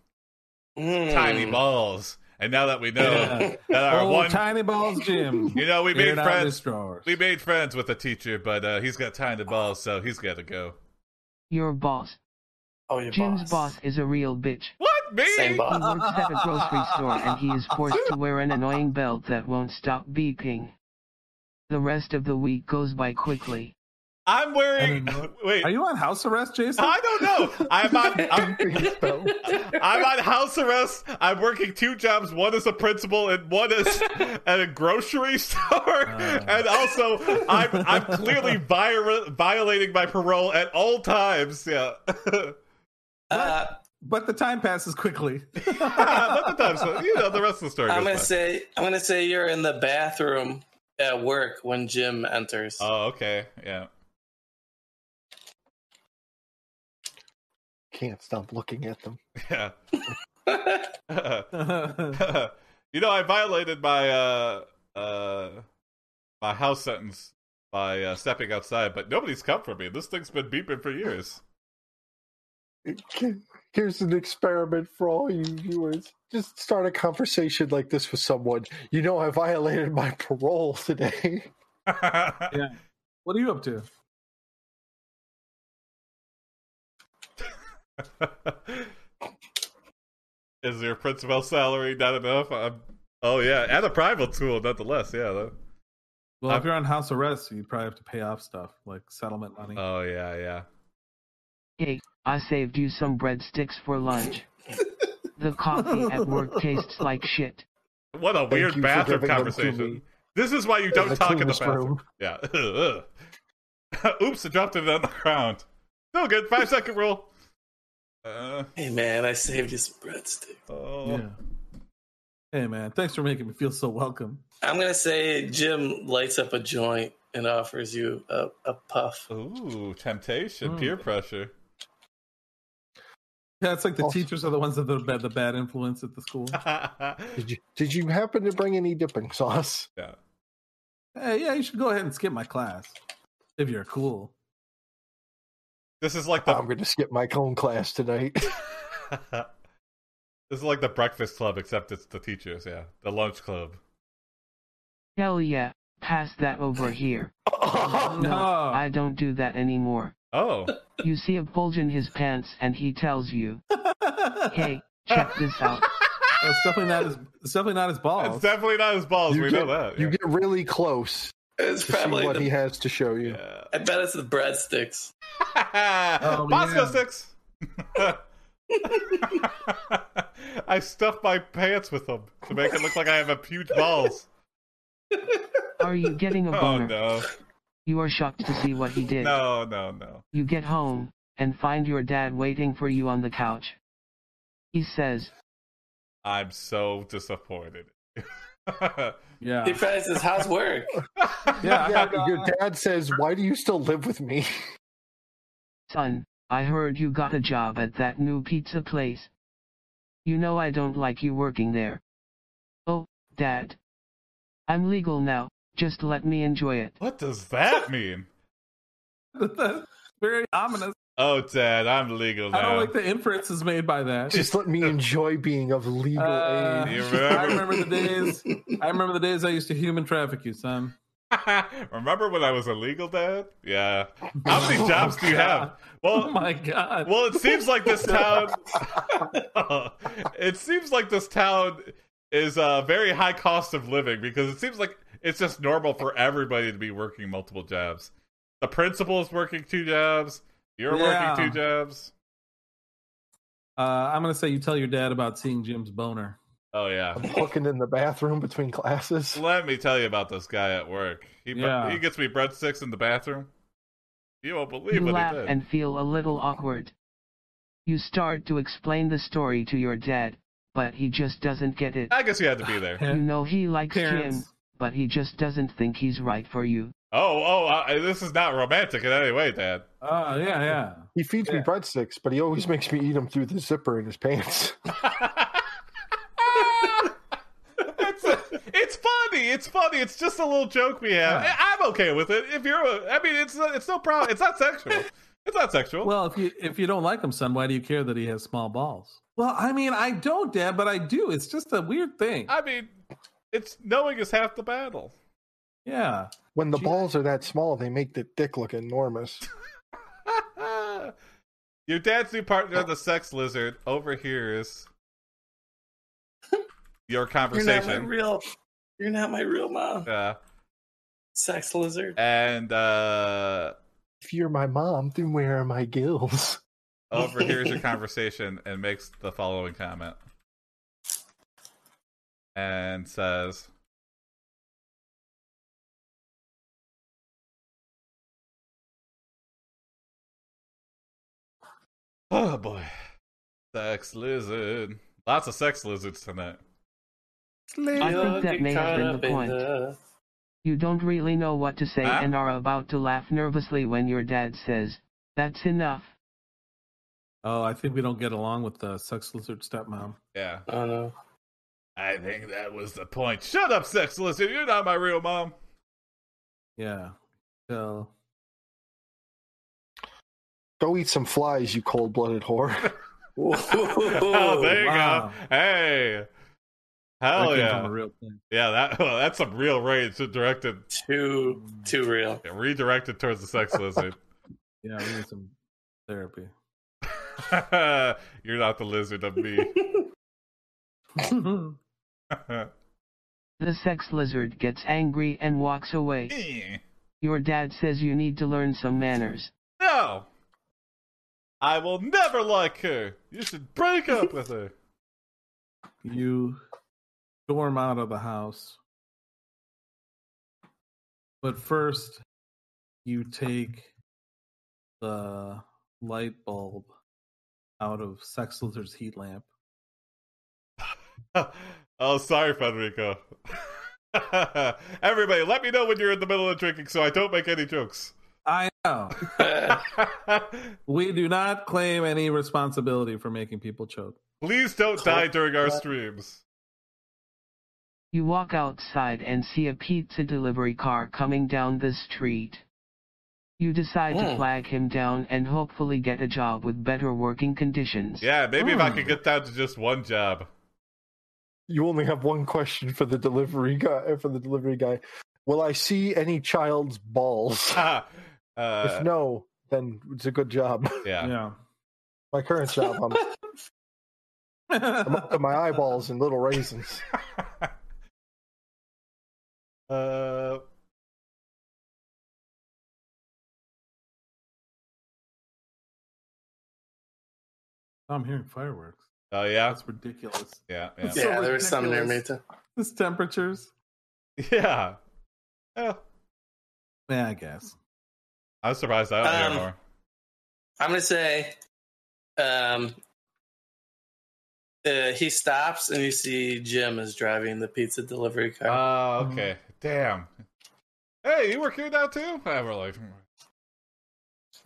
mm. tiny balls! And now that we know Yeah. that our oh, one, tiny balls, Jim. you know, we made Airing out friends. his drawers. We made friends with a teacher, but uh, he's got tiny balls, so he's got to go. Your boss, Oh, your Jim's boss is a real bitch. What me? Same He boss. works at a grocery store and he is forced to wear an annoying belt that won't stop beeping. The rest of the week goes by quickly. I'm wearing. I mean, wait, Are you on house arrest, Jason? I don't know. I'm on. I'm, I'm on house arrest. I'm working two jobs. One is a principal, and one is at a grocery store. Uh. and also, I'm I'm clearly vi- violating my parole at all times. Yeah. Uh, But the time passes quickly. Not the times, but you know the rest of the story. I'm gonna goes by. say I'm gonna say you're in the bathroom at work when Jim enters. Oh, okay. Yeah. Can't stop looking at them. Yeah. you know, I violated my uh uh my house sentence by uh, stepping outside, but nobody's come for me. This thing's been beeping for years. Here's an experiment for all you viewers. Just start a conversation like this with someone. You know, I violated my parole today. yeah. what are you up to? Is your principal salary not enough? I'm, oh yeah, at a private school, nonetheless. Yeah. that- Well, I'm- if you're on house arrest, you probably have to pay off stuff like settlement money. Oh yeah, yeah. Hey, I saved you some breadsticks for lunch. The coffee at work tastes like shit. What a you weird for bathroom giving them to conversation. me. This is why you don't the talk in the cleanest bathroom. room. Yeah. Ugh, ugh. Oops, I dropped it on the ground. No good. Five second rule. Uh, Hey man, I saved you some breadsticks. oh. Yeah. Hey man, thanks for making me feel so welcome. I'm gonna say Jim lights up a joint and offers you a, a puff. Ooh, temptation, Mm. peer pressure. Yeah, it's like the Oh. teachers are the ones that are the bad, the bad influence at the school. Did you did you happen to bring any dipping sauce? yeah. hey, yeah, you should go ahead and skip my class if you're cool. This is like I'm the going to skip my cone class tonight. this is like the breakfast club, except it's the teachers. Yeah, the lunch club. Hell yeah, pass that over here. No. I don't do that anymore. Oh, You see a bulge in his pants and he tells you, hey, check this out. Well, it's definitely not his. It's definitely not his it's balls. definitely not his balls. You we get, know that. You yeah. get really close It's to see probably what the, he has to show you. Yeah. I bet it's the breadsticks. Oh, Bosco yeah. sticks. I stuffed my pants with them to make it look like I have a huge balls. Are you getting a Oh boner? no, You are shocked to see what he did. no, no, no. You get home and find your dad waiting for you on the couch. He says, I'm so disappointed. yeah, Ah. Yeah. He probably says, "How's work?" Yeah, Yeah, your dad says, "Why do you still live with me?" Son, I heard you got a job at that new pizza place. You know I don't like you working there. Oh, Dad. I'm legal now, just let me enjoy it. What does that mean? That's very ominous. Oh, Dad, I'm legal I don't now. like the inferences made by that. Just let Uh, me enjoy being of legal Uh, You age. remember- I remember the days. I remember the days I used to human traffic you, son. Remember when I was a legal dad? Yeah. How many jobs do you have? Oh Well, my god. well, it seems like this town. it seems like this town is a uh, very high cost of living because it seems like it's just normal for everybody to be working multiple jobs. The principal is working two jobs. You're Yeah. working two jobs. Uh, I'm gonna say you tell your dad about seeing Jim's boner. Oh yeah. I'm looking in the bathroom between classes. Let me tell you about this guy at work. He Yeah. he gets me breadsticks in the bathroom. You won't believe You what laugh he did. and feel a little awkward. You start to explain the story to your dad, but he just doesn't get it. Uh, I guess you had to be there. You know he likes Jim, Parents. but he just doesn't think he's right for you. Oh, oh, I, I- this is not romantic in any way, Dad. Oh yeah, yeah. He feeds me breadsticks, but he always makes me eat them through the zipper in his pants. it's, it's funny. It's funny. It's just a little joke we have. Yeah. I- I'm okay with it. If you're, a, I mean, it's it's no problem. It's not sexual. It's not sexual. Well, if you if you don't like him, son, why do you care that he has small balls? Well, I mean, I don't, Dad, but I do. It's just a weird thing. I mean, it's knowing is half the battle. Yeah. When the balls are that small, they make the dick look enormous. Ah. Your dad's new partner, the sex lizard, overhears your You're not my conversation. real. You're not my real mom. Yeah. Sex lizard. and uh, If you're my mom, then where are my gills? overhears your conversation and makes the following comment and says, Oh boy, sex lizard. Lots of sex lizards tonight. I You think that get may have caught been up the in point. the- You don't really know what to say Huh? and are about to laugh nervously when your dad says, That's enough. Oh, I think we don't get along with the sex lizard stepmom. Yeah. Oh no. I think that was the point. Shut up, sex lizard. You're not my real mom. Yeah. So Go eat some flies, you cold blooded whore. oh, there you wow. go. Hey. Hell that came yeah. from a real thing. Yeah, that well, that's some real rage that directed Too too real. redirected towards the sex lizard. Yeah, we need some therapy. You're not the lizard of me. The sex lizard gets angry and walks away. Eh. Your dad says you need to learn some manners. no. I will never like her. You should break up with her. you storm out of the house. But first, you take the light bulb out of Sex Lizard's heat lamp. oh, sorry, Federico. Everybody, let me know when you're in the middle of drinking so I don't make any jokes. I know. we do not claim any responsibility for making people choke. Please don't die during our streams. You walk outside and see a pizza delivery car coming down the street. You decide to Hmm. flag him down and hopefully get a job with better working conditions. Yeah, maybe if I could get down to just one job. You only have one question for the delivery guy. uh, For the delivery guy, will I see any child's balls? uh, if no, then it's a good job. yeah. Yeah. My current job, I'm, I'm up to my eyeballs in little raisins. Uh, I'm hearing fireworks. oh Uh, yeah, That's ridiculous. yeah, yeah, So yeah, there was some near me ridiculous. too. This temperatures. yeah. Yeah. Yeah, I guess. I'm surprised I don't Um, hear more. I'm gonna say, um, uh, he stops and you see Jim is driving the pizza delivery Oh, Uh, car. okay. Damn. Hey, you work here now too? Ah, I really.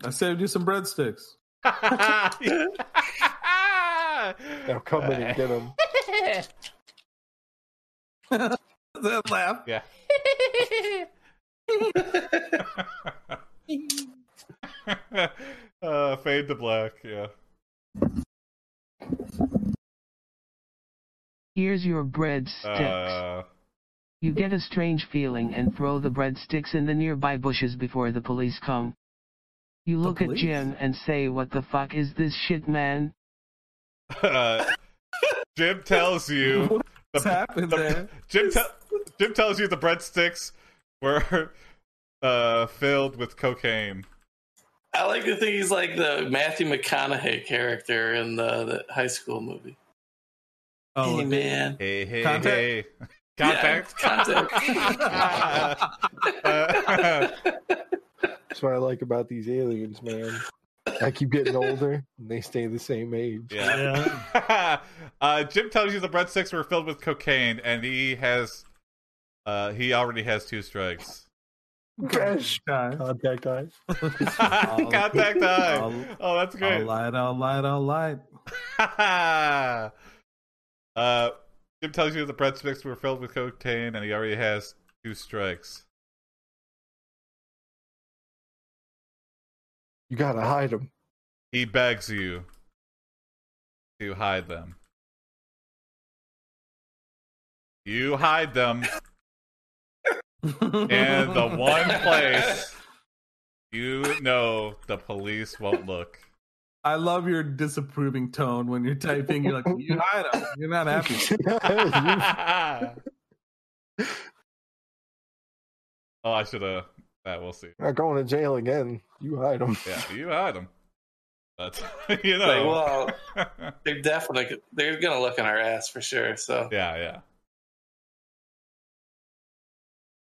I saved you some breadsticks. Now come in and get them. that laugh. Yeah. uh, fade to black. Yeah. Here's your breadsticks. Uh, You get a strange feeling and throw the breadsticks in the nearby bushes before the police come. You look at police? Jim and say, What the fuck is this shit, man? uh, Jim tells you. What's happened The, there? Jim, te- Jim tells you the breadsticks were uh, filled with cocaine. I like to think he's like the Matthew McConaughey character in the, the high school movie. Oh, hey, man. Hey, hey, Contact? hey. Contact. Yeah, Uh, That's what I like about these aliens, man. I keep getting older, and they stay the same age. Yeah. uh, Jim tells you the breadsticks were filled with cocaine, and he has, uh, he already has two strikes. Gosh, guy. contact eyes. Contact eye. I'll- Oh, that's All great. light, all light, all light. uh, Jim tells you the breadsticks were filled with cocaine, and he already has two strikes. You gotta hide them. He begs you to hide them. You hide them. And the one place you know the police won't look. I love your disapproving tone when you're typing. You're like, you hide 'em. You're not happy. You- oh, I should have. That we'll see. Not going to jail again. You hide them. Yeah, you hide them. But you Like, know. well, yeah, they're definitely they're gonna look in our ass for sure. So yeah.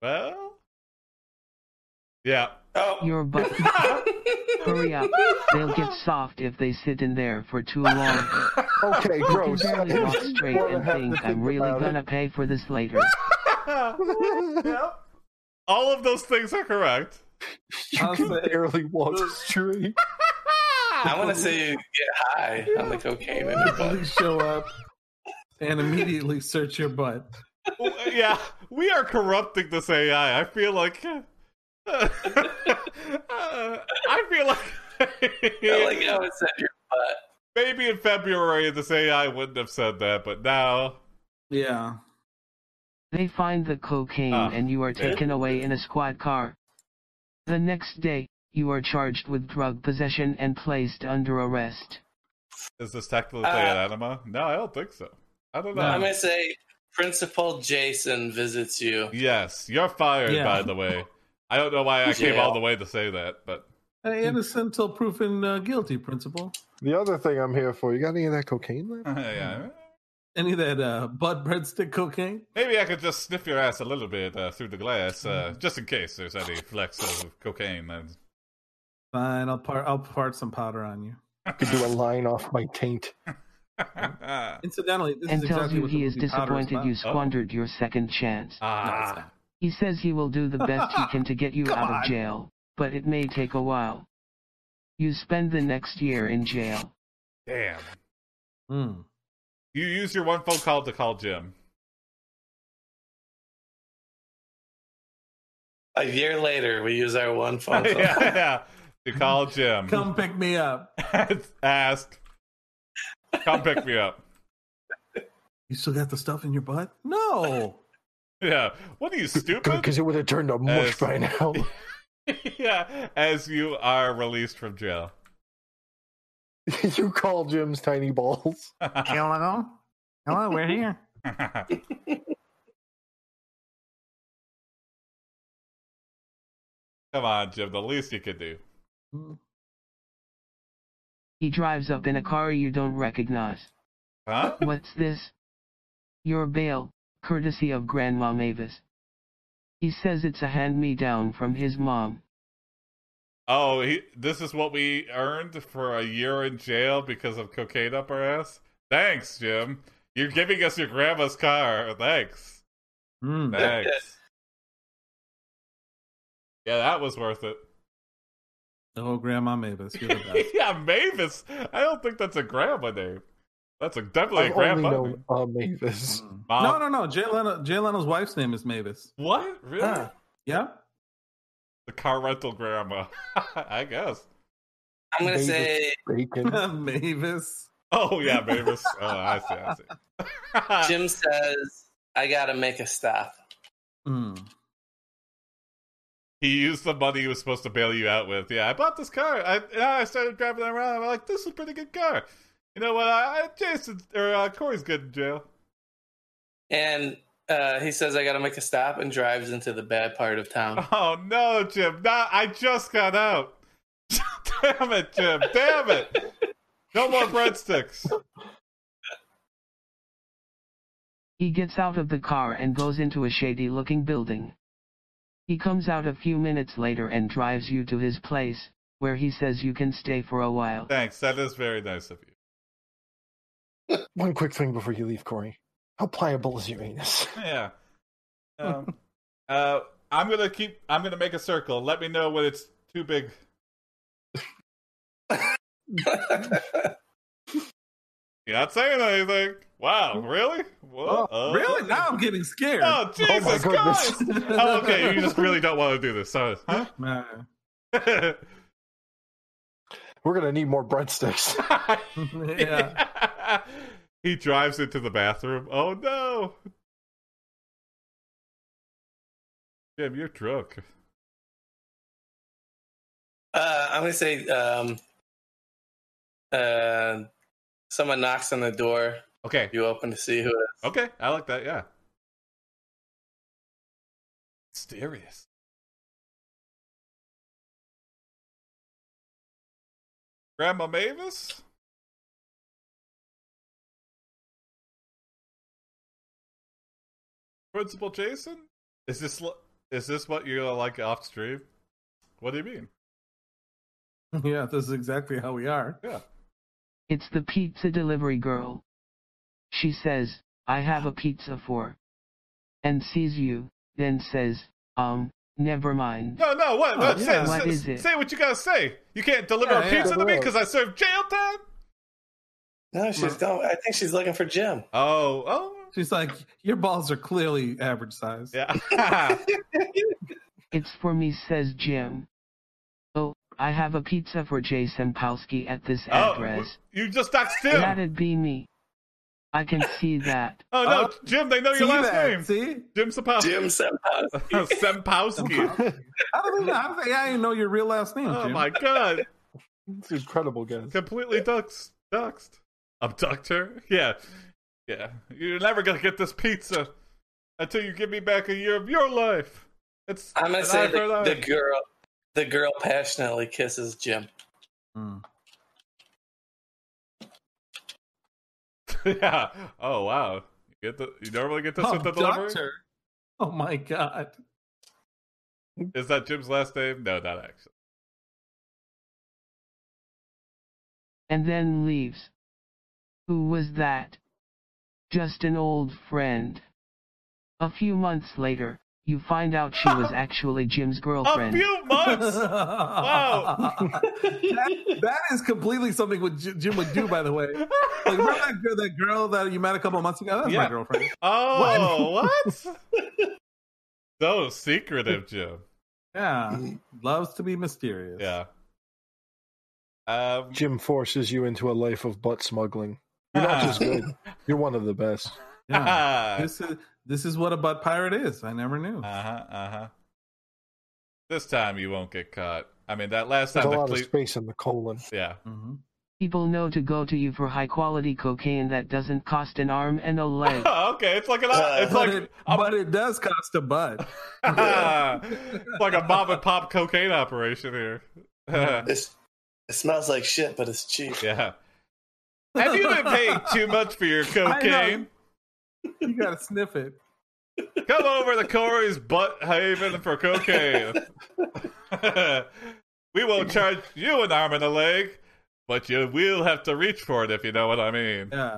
Well, yeah. oh, Your butt. Hurry up. They'll get soft if they sit in there for too long. Okay, You can gross. barely walk straight Wanna and have to think, I'm think really about it." gonna pay for this later. Yep. All of those things are correct. I'll You can say- barely walk straight. I want to say you get high on the cocaine in your butt. Police show up and immediately search your butt. yeah, we are corrupting this AI. I feel like. uh, I feel I like. like how it said your butt. Maybe in February this AI wouldn't have said that, but now. Yeah. They find the cocaine Ah, and you are taken away in a squad car. The next day, you are charged with drug possession and placed under arrest. Is this technically Uh, an anima? No, I don't think so. I don't know. I'm gonna say Principal Jason visits you. Yes, you're fired, Yeah. by the way. I don't know why I came Yeah. all the way to say that, but. Hey, innocent till proven uh, guilty, principle. The other thing I'm here for. You got any of that cocaine left? yeah. Any of that uh, butt breadstick cocaine? Maybe I could just sniff your ass a little bit uh, through the glass, uh, just in case there's any flecks of cocaine. And... Fine, I'll part. I'll part some powder on you. Could do a line off my taint. ah. Incidentally, this and is tells exactly you what the he is movie Powder is disappointed you Oh. squandered your second chance. Ah, about. No, it's not. He says he will do the best he can to get you Come out on. of jail, but it may take a while. You spend the next year in jail. Damn. Mm. You use your one phone call to call Jim. A year later, we use our one phone call. yeah, yeah. To call Jim. Come pick me up. Ask. Come pick me up. You still got the stuff in your butt? No. Yeah. What are you stupid? Because it would have turned to mush As- by now. yeah. As you are released from jail. you call Jim's tiny balls. Hello. Hello, we're here. Come on, Jim. The least you could do. He drives up in a car you don't recognize. Huh? What's this? Your bail, courtesy of Grandma Mavis. He says it's a hand me down from his mom. Oh, he, this is what we earned for a year in jail because of cocaine up our ass? Thanks, Jim. You're giving us your grandma's car. Thanks. Mm. Thanks. yeah, that was worth it. Oh, Grandma Mavis, you're the best. yeah, Mavis. I don't think that's a grandma name. That's a definitely I've a only grandma. known name. uh, Mavis. Mm. Mom. No, no, no. Jay, Leno, Jay Leno's wife's name is Mavis. What? Really? Huh. Yeah. The car rental grandma. I guess. I'm gonna David. say Bacon. Mavis. Oh yeah, Mavis. oh, I see. I see. Jim says I gotta make a stop. Mm. He used the money he was supposed to bail you out with. Yeah, I bought this car. I and I started driving it around. I'm like, this is a pretty good car. You know what? I, I Jason or uh, Corey's good in jail. And uh, he says I gotta make a stop and drives into the bad part of town. Oh no, Jim! Not, I just got out. Damn it, Jim! Damn it! No more breadsticks. He gets out of the car and goes into a shady looking building. He comes out a few minutes later and drives you to his place, where he says you can stay for a while. Thanks. That is very nice of you. One quick thing before you leave, Corey. How pliable is your anus? Yeah. Um, uh, I'm gonna keep. I'm gonna make a circle. Let me know when it's too big. You're not saying anything. Wow, really? What? Uh, Oh, Really? Now I'm getting scared. Oh Jesus goodness. Christ! oh, okay, you just really don't want to do this, huh? Nah. Huh? We're gonna need more breadsticks. yeah. he drives into the bathroom. Oh no. Jim, you're drunk. Uh, I'm gonna say um, uh, someone knocks on the door. Okay. You open to see who it is. Okay. I like that, yeah. Mysterious. Grandma Mavis? Principal Jason? Is this li- is this what you're gonna like off stream? What do you mean? Yeah, this is exactly how we are. Yeah. It's the pizza delivery girl. She says, I have a pizza for. And sees you, then says, um, never mind. No, no, what? what? Oh, say, yeah. say- What is it? say what you gotta say. You can't deliver Yeah, a yeah. pizza to me because I served jail time? No, she's Mm. going. I think she's looking for Jim. Oh, oh, She's like, your balls are clearly average size. Yeah. It's for me, says Jim. Oh, I have a pizza for Jason Palsky at this oh, address. you just doxed Jim. That'd be me. I can see that. Oh no, Oh. Jim, they know your See last that? name. See? Jim Sapowski. Jim Sempos. Sempowski. How do they know? How do they, I didn't know your real last name, oh Jim. my god. it's incredible, guys. Completely duxed. Duxed. Abductor? Yeah. Yeah. You're never gonna get this pizza until you give me back a year of your life. It's I'm an gonna say eye for the, an the eye. girl. The girl passionately kisses Jim. Mm. Yeah. Oh wow. You get the you normally get this with the delivery? Abductor. Oh my god. Is that Jim's last name? No, not actually. And then leaves. Who was that? Just an old friend. A few months later, you find out she was actually Jim's A girlfriend. few months. Wow. that, that is completely something what J- Jim would do, by the way. Like, remember that girl, that girl that you met a couple months ago? That's Yeah. my girlfriend. Oh, what? that was secretive, Jim. Yeah. Loves to be mysterious. Yeah. Um, Jim forces you into a life of butt smuggling. You're not just good. You're one of the best. Yeah. this, is, this is what a butt pirate is. I never knew. Uh huh. Uh huh. This time you won't get caught. I mean, that last There's time a the lot of Cle- space in the colon. yeah. hmm People know to go to you for high quality cocaine that doesn't cost an arm and a leg. Oh, okay, it's like an it's but, Uh, like um, it, but it does cost a butt. it's like a mom and pop cocaine operation here. It's, it smells like shit, but it's cheap. yeah. Have you been paying too much for your cocaine? You got to sniff it. Come over to Corey's butt haven for cocaine. we won't charge you an arm and a leg, but you will have to reach for it if you know what I mean. Yeah.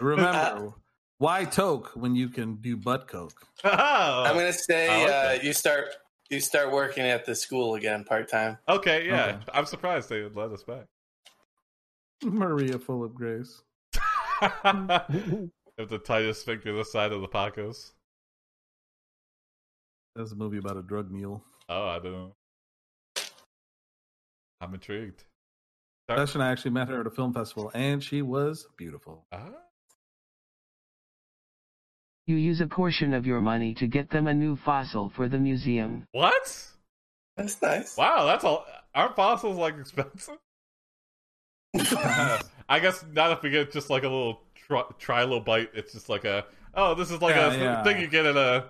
Remember, why toke when you can do butt coke? Oh, I'm gonna say I like uh, that. you start you start working at the school again part time. okay, yeah. Okay. I'm surprised they would let us back. Maria, full of grace. Have the tightest finger the side of the Pacos. That was a movie about a drug mule. Oh, I don't know. I'm intrigued. Session, I actually met her at a film festival, and she was beautiful. Ah, You use a portion of your money to get them a new fossil for the museum. what? That's nice. Wow, that's all. Aren't fossils like expensive? I guess not if we get just like a little tri- trilobite. It's just like a oh, this is like a Yeah, yeah. thing you get at a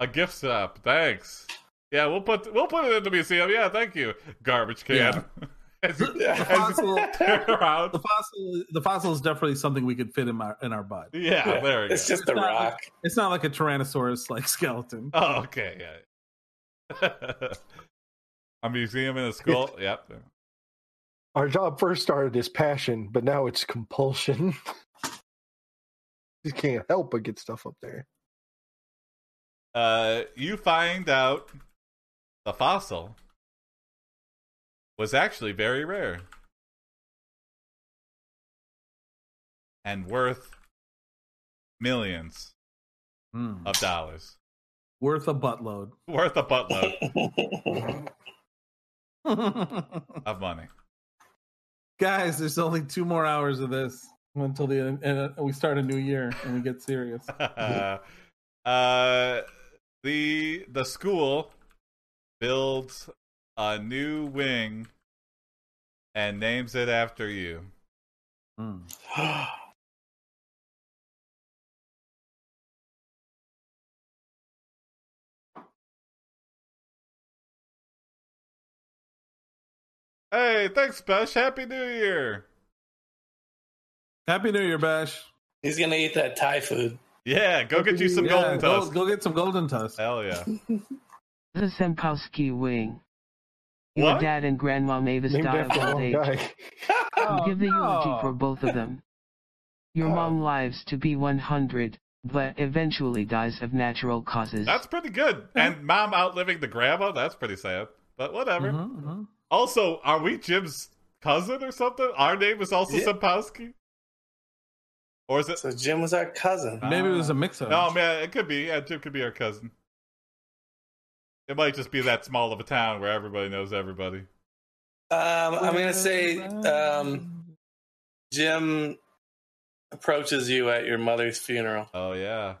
a gift shop. Thanks. Yeah, we'll put we'll put it in the museum. Yeah, thank you. Garbage can. As you- The as you fossil, turn around. the fossil, the fossil is definitely something we could fit in our in our butt. Yeah, there we go. It's just a Not rock. like- it's not like a tyrannosaurus like skeleton. Oh, okay. Yeah. a museum and a school. yep. Our job first started as passion, but now it's compulsion. you can't help but get stuff up there. Uh, you find out the fossil was actually very rare and worth millions Hmm. of dollars. Worth a buttload. Worth a buttload of money. Guys, there's only two more hours of this until the end, and uh, we start a new year and we get serious. uh, the the school builds a new wing and names it after you. Hmm. Hey, thanks, Besh. Happy New Year. Happy New Year, Bash. He's gonna eat that Thai food. Yeah, go get you some Yeah, golden go, dust. go get some golden tusk. Hell yeah. The Sempowski wing. Your What? dad and Grandma Mavis Named died after of old one age. guy. Uh, We Oh, give the eulogy Oh, no. for both of them. Your mom lives to be 100, but eventually dies of natural causes. That's pretty good. And mom outliving the grandma, that's pretty sad. But whatever. Mm-hmm. Mhm, mhm. Also, are we Jim's cousin or something? Our name is also Yeah. Sapowski? Or is it So Jim was our cousin. Maybe it was a mix-up. No, man, it could be. Yeah, Jim could be our cousin. It might just be that small of a town where everybody knows everybody. Um, I'm gonna say um, Jim approaches you at your mother's funeral. Oh yeah.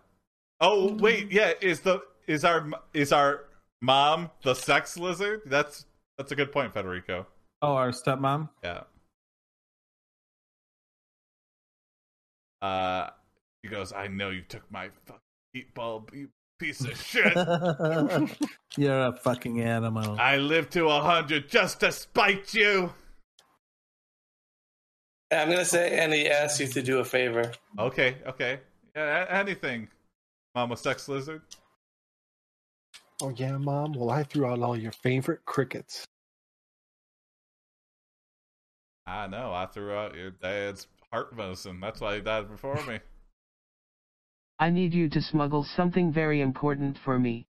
Oh wait, Mm-hmm. yeah. Is the is our is our mom the sex lizard? That's that's a good point, Federico. Oh, our stepmom. Yeah. Uh, he goes. I know you took my fucking heat bulb, you piece of shit. You're a fucking animal. I lived to a hundred just to spite you. And I'm gonna say, and he asks you to do a favor. Okay, okay. Yeah, a- anything, Mama Sex Lizard. Oh yeah, mom. Well, I threw out all your favorite crickets. I know. I threw out your dad's heart medicine. That's why he died before me. I need you to smuggle something very important for me.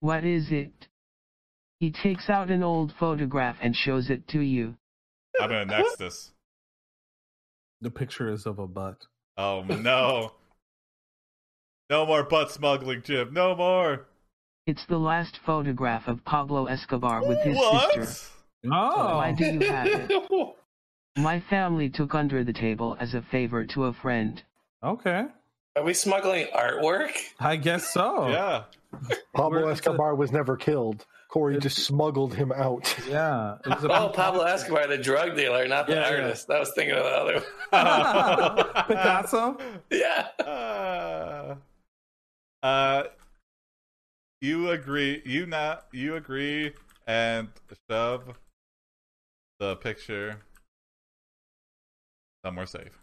What is it? He takes out an old photograph and shows it to you. I'm gonna next this. The picture is of a butt. Oh no. no more butt smuggling, Jim. No more. It's the last photograph of Pablo Escobar with his what? sister. Oh, Why do you have it? My family took under the table as a favor to a friend. okay. Are we smuggling artwork? I guess Oh. so. Yeah. Where- Pablo it's a- Escobar was never killed. Corey just smuggled him out. Yeah, It was a- Oh, Pablo Escobar, the drug dealer, not the Yeah, yeah. artist. I was thinking of the other one. Picasso. Yeah. uh, uh, you agree? You not? You agree and shove the picture somewhere safe.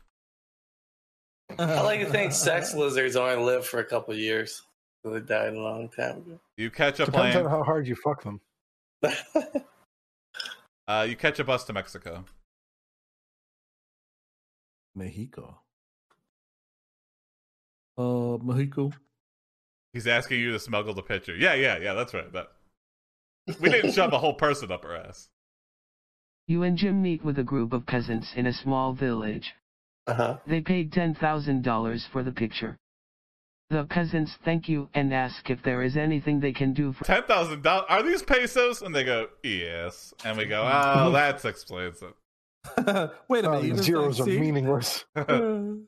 I like to think sex lizards only live for a couple of years. They died a long time ago. You catch a Depends on plane. how hard you fuck them. Uh, you catch a bus to Mexico. Mexico. Uh, Mexico. He's asking you to smuggle the picture. Yeah, yeah, yeah. That's right. That we didn't shove a whole person up our ass. You and Jim meet with a group of peasants in a small village. Uh-huh. They paid $10,000 for the picture. The peasants thank you and ask if there is anything they can do for Ten thousand dollars. Are these pesos? And they go yes. And we go, oh, that explains it. Wait a Uh, minute. you just zeros like, are see? meaningless. And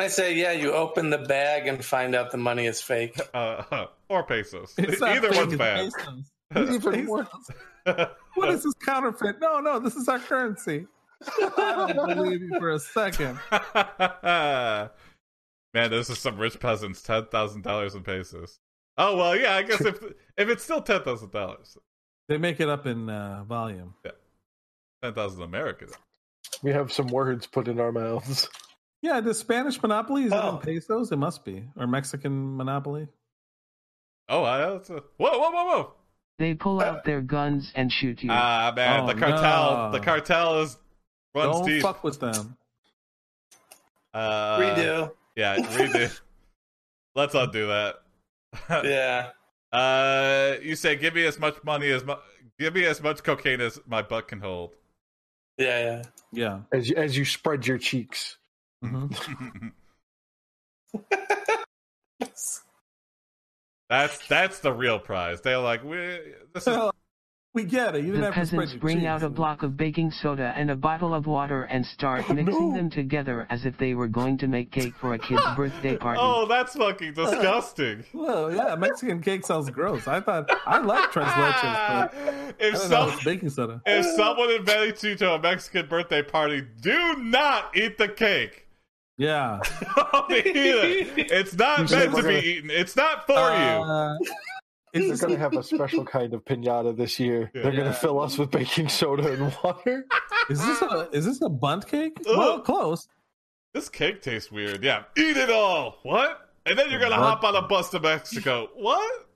I say, yeah, you open the bag and find out the money is fake. Uh, or pesos. It's not Either fake, one's it's bad. pesos. Even worse. Pesos. What is this counterfeit? No, no, this is our currency. I don't believe you for a second. Man, this is some rich peasants. Ten thousand dollars in pesos. Oh well, yeah. I guess if if it's still ten thousand dollars, They make it up in uh, volume. ten thousand American. We have some words put in our mouths. Yeah, the Spanish Monopoly is it Oh. in pesos? It must be. Or Mexican Monopoly. Oh, I, that's a, whoa, whoa, whoa, They pull out their guns and shoot you. whoa! Ah, man, Oh, the cartel, no. the cartel is runs don't deep. fuck with them. Uh, Redo. Yeah, redo. Let's undo that. yeah. Uh, you say, give me as much money as mu- give me as much cocaine as my butt can hold. Yeah, Yeah. As you, as you spread your cheeks, Mhm. yeah. that's that's the real prize. They're like, we this is So, we get it. You didn't the have to spread peasants your bring cheeks. out a block of baking soda and a bottle of water and start mixing them together as if they were going to make cake for a kid's birthday party. Oh, that's fucking disgusting. Whoa, yeah, Mexican cake sounds gross. I thought I like translators, but if I don't know, some it's baking soda. if someone invites you to a Mexican birthday party, do not eat the cake. Yeah. Don't eat it. It's not said meant we're to be gonna- eaten. It's not for you. Uh, is they're this- going to have a special kind of pinata this year. They're going Yeah. to fill us with baking soda and water. Is this a is this a bunt cake? Ugh. Well, close. This cake tastes weird. Yeah, eat it all. What? And then you're gonna What? hop on a bus to Mexico. What?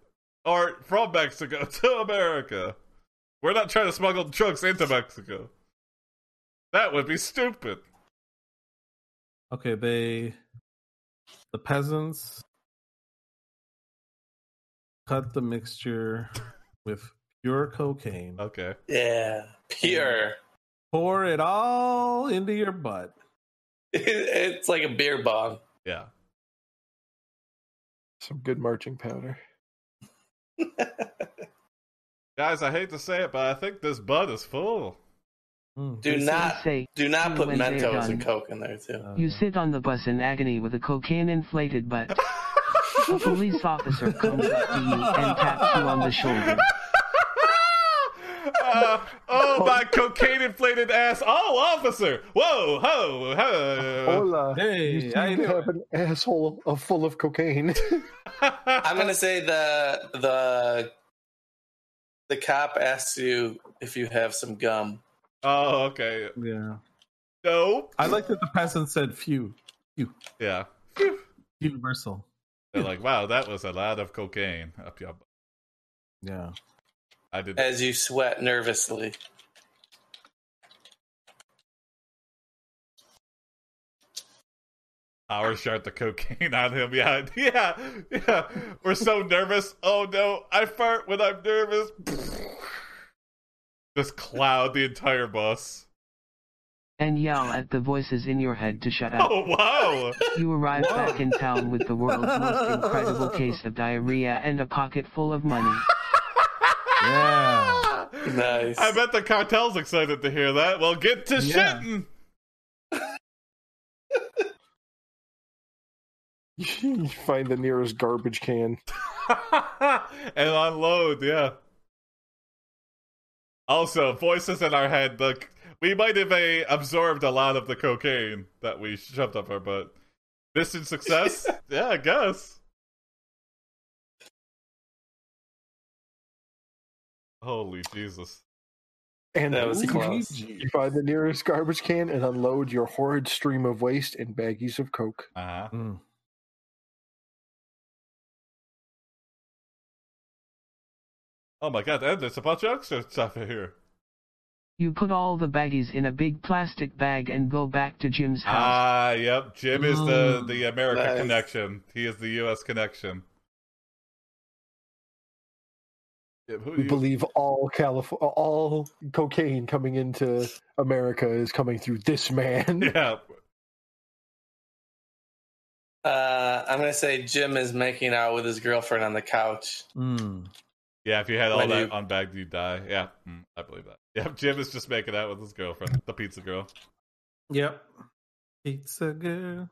Or from Mexico to America. We're not trying to smuggle drugs into Mexico. That would be stupid. Okay, they the peasants cut the mixture with pure cocaine. Okay. Pure. Pour it all into your butt. it's like a beer bomb. Yeah. Some good marching powder. Guys, I hate to say it, but I think this bud is full. Mm. Do They not say, do not put when they're Mentos done. and Coke in there too. Uh, You sit on the bus in agony with a cocaine inflated butt. a police officer comes up to you and taps you on the shoulder. Uh, oh, my cocaine inflated ass. Oh, officer. Whoa, ho, Uh, ho. Hola. Hey, you seem how you to doing? have an asshole of- full of cocaine. I'm gonna say the the the cop asks you if you have some gum. Oh, okay. yeah. Nope. I like that the peasants said few. Yeah. Universal. They're like, wow, that was a lot of cocaine up your. butt." Yeah. I did. As you sweat nervously. Power shot the cocaine on him. Yeah, yeah, yeah. We're so nervous. Oh no, I fart when I'm nervous. Just cloud the entire bus. And yell at the voices in your head to shut up. Oh wow! You arrive back in town with the world's most incredible case of diarrhea and a pocket full of money. Yeah. Nice. I bet the cartel's excited to hear that. Well, get to Yeah. shitting. you find the nearest garbage can. and unload, yeah. Also, voices in our head. The we might have uh, absorbed a lot of the cocaine that we shoved up our butt. Mission success? yeah, I guess. Holy Jesus! And That was you close. you find the nearest garbage can and unload your horrid stream of waste in baggies of coke. Uh-huh. Mm. Oh my God! And there's a bunch of extra stuff in here. You put all the baggies in a big plastic bag and go back to Jim's house. Ah, yep. Jim is the Mm. the America Nice. connection. He is the U.S. connection. Jim, who do We you- believe all Calif- all cocaine coming into America is coming through this man. Yeah, Uh, I'm gonna say Jim is making out with his girlfriend on the couch. Mm. yeah. If you had all When that you- unbagged, you die. Yeah, mm, I believe that. Yeah, Jim is just making out with his girlfriend, the pizza girl. Yep. Pizza girl.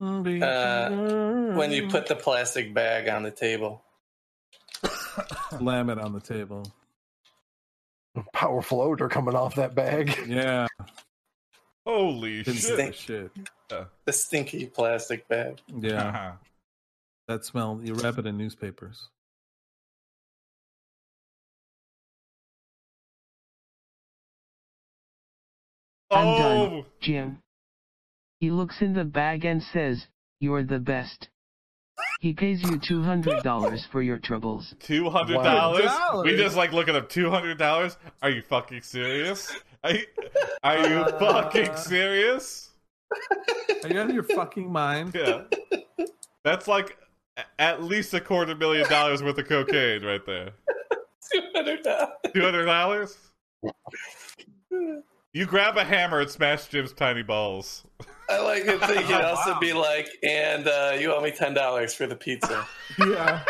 Mm, Uh, When Hmm. you put the plastic bag on the table. slam it on the table. Powerful odor coming off that bag. Yeah. Holy Didn't shit! say Stink. shit. The stinky plastic bag. Uh-huh. Yeah. That smell. You wrap it in newspapers. I'm oh, done. Jim. He looks in the bag and says, You're the best. He pays you $200 for your troubles. two hundred dollars. Wow. We just like looking up two hundred dollars. Are you fucking serious? Are you, are you Uh. fucking serious? Are you out of your fucking mind? Yeah. That's like a- at least a quarter million dollars worth of cocaine right there. Two hundred dollars. Two hundred dollars? You grab a hammer and smash Jim's tiny balls. I like to think he'd Wow. also be like, and uh, you owe me ten dollars for the pizza. Yeah.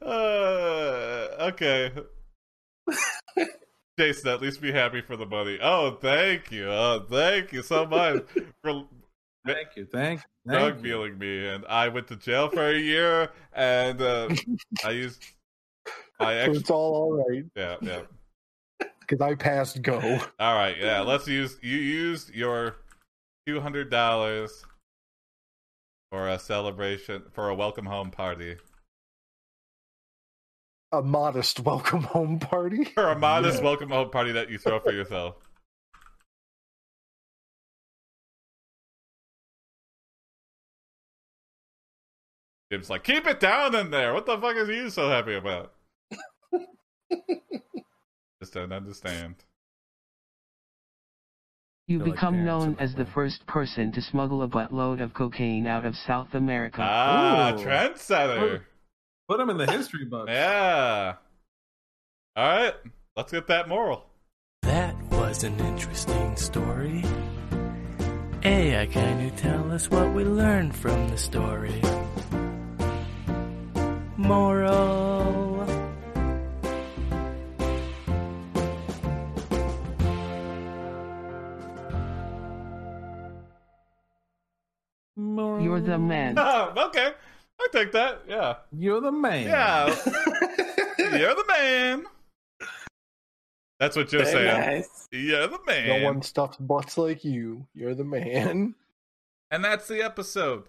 Uh, okay. Jason, at least be happy for the money. Oh, thank you. Oh, thank you so much for thank you. Thank you. drug Thank you. dealing me. And I went to jail for a year, and uh, I used my So ex. it's all all right Yeah, yeah. because I passed go. All right, yeah. Let's use you used your two hundred dollars for a celebration for a welcome home party A modest welcome home party. for a modest Yeah. welcome home party that you throw for yourself. Jim's like, keep it down in there. What the fuck is you so happy about? Just don't understand. You They're like become parents in known that as the way. first person to smuggle a buttload of cocaine out of South America. Ah, Ooh. trendsetter. Put them in the history book. Yeah. All right. Let's get that moral. That was an interesting story. AI, can you tell us what we learned from the story? Moral. You're the man. okay. I take that. Yeah. You're the man. Yeah. You're the man. That's what you're Very saying. nice. You're the No man. one stuffs butts like you. You're the man. And that's the episode.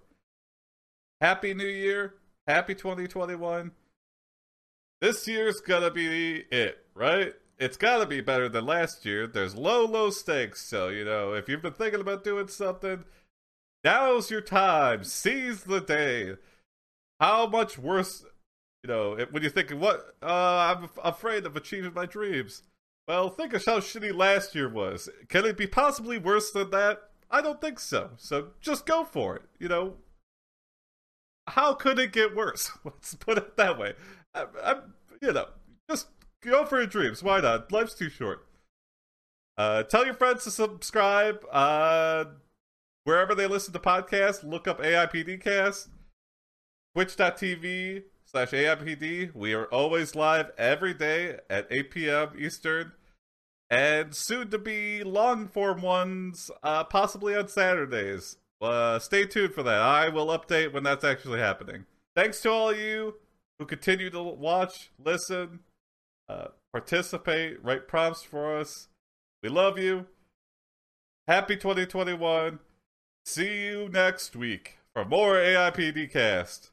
Happy New Year. Happy 2021. This year's gonna be it, right? It's gotta be better than last year. There's low, low stakes. So, you know, if you've been thinking about doing something, now's your time. Seize the day. How much worse, you know, it- when you're thinking, what? Uh, I'm af- afraid of achieving my dreams. Well, think of how shitty last year was. Can it be possibly worse than that? I don't think so. So just go for it. You know, how could it get worse? Let's put it that way. I, I, you know, just go for your dreams. Why not? Life's too short. Uh, tell your friends to subscribe. Uh, wherever they listen to podcasts, look up AIPDcast. Twitch.tv slash AIPD. We are always live every day at 8 p.m. Eastern. And soon to be long form ones, uh, possibly on Saturdays. Uh, stay tuned for that. I will update when that's actually happening. Thanks to all you who continue to watch, listen, uh, participate, write prompts for us. We love you. Happy 2021. See you next week for more AIPD cast.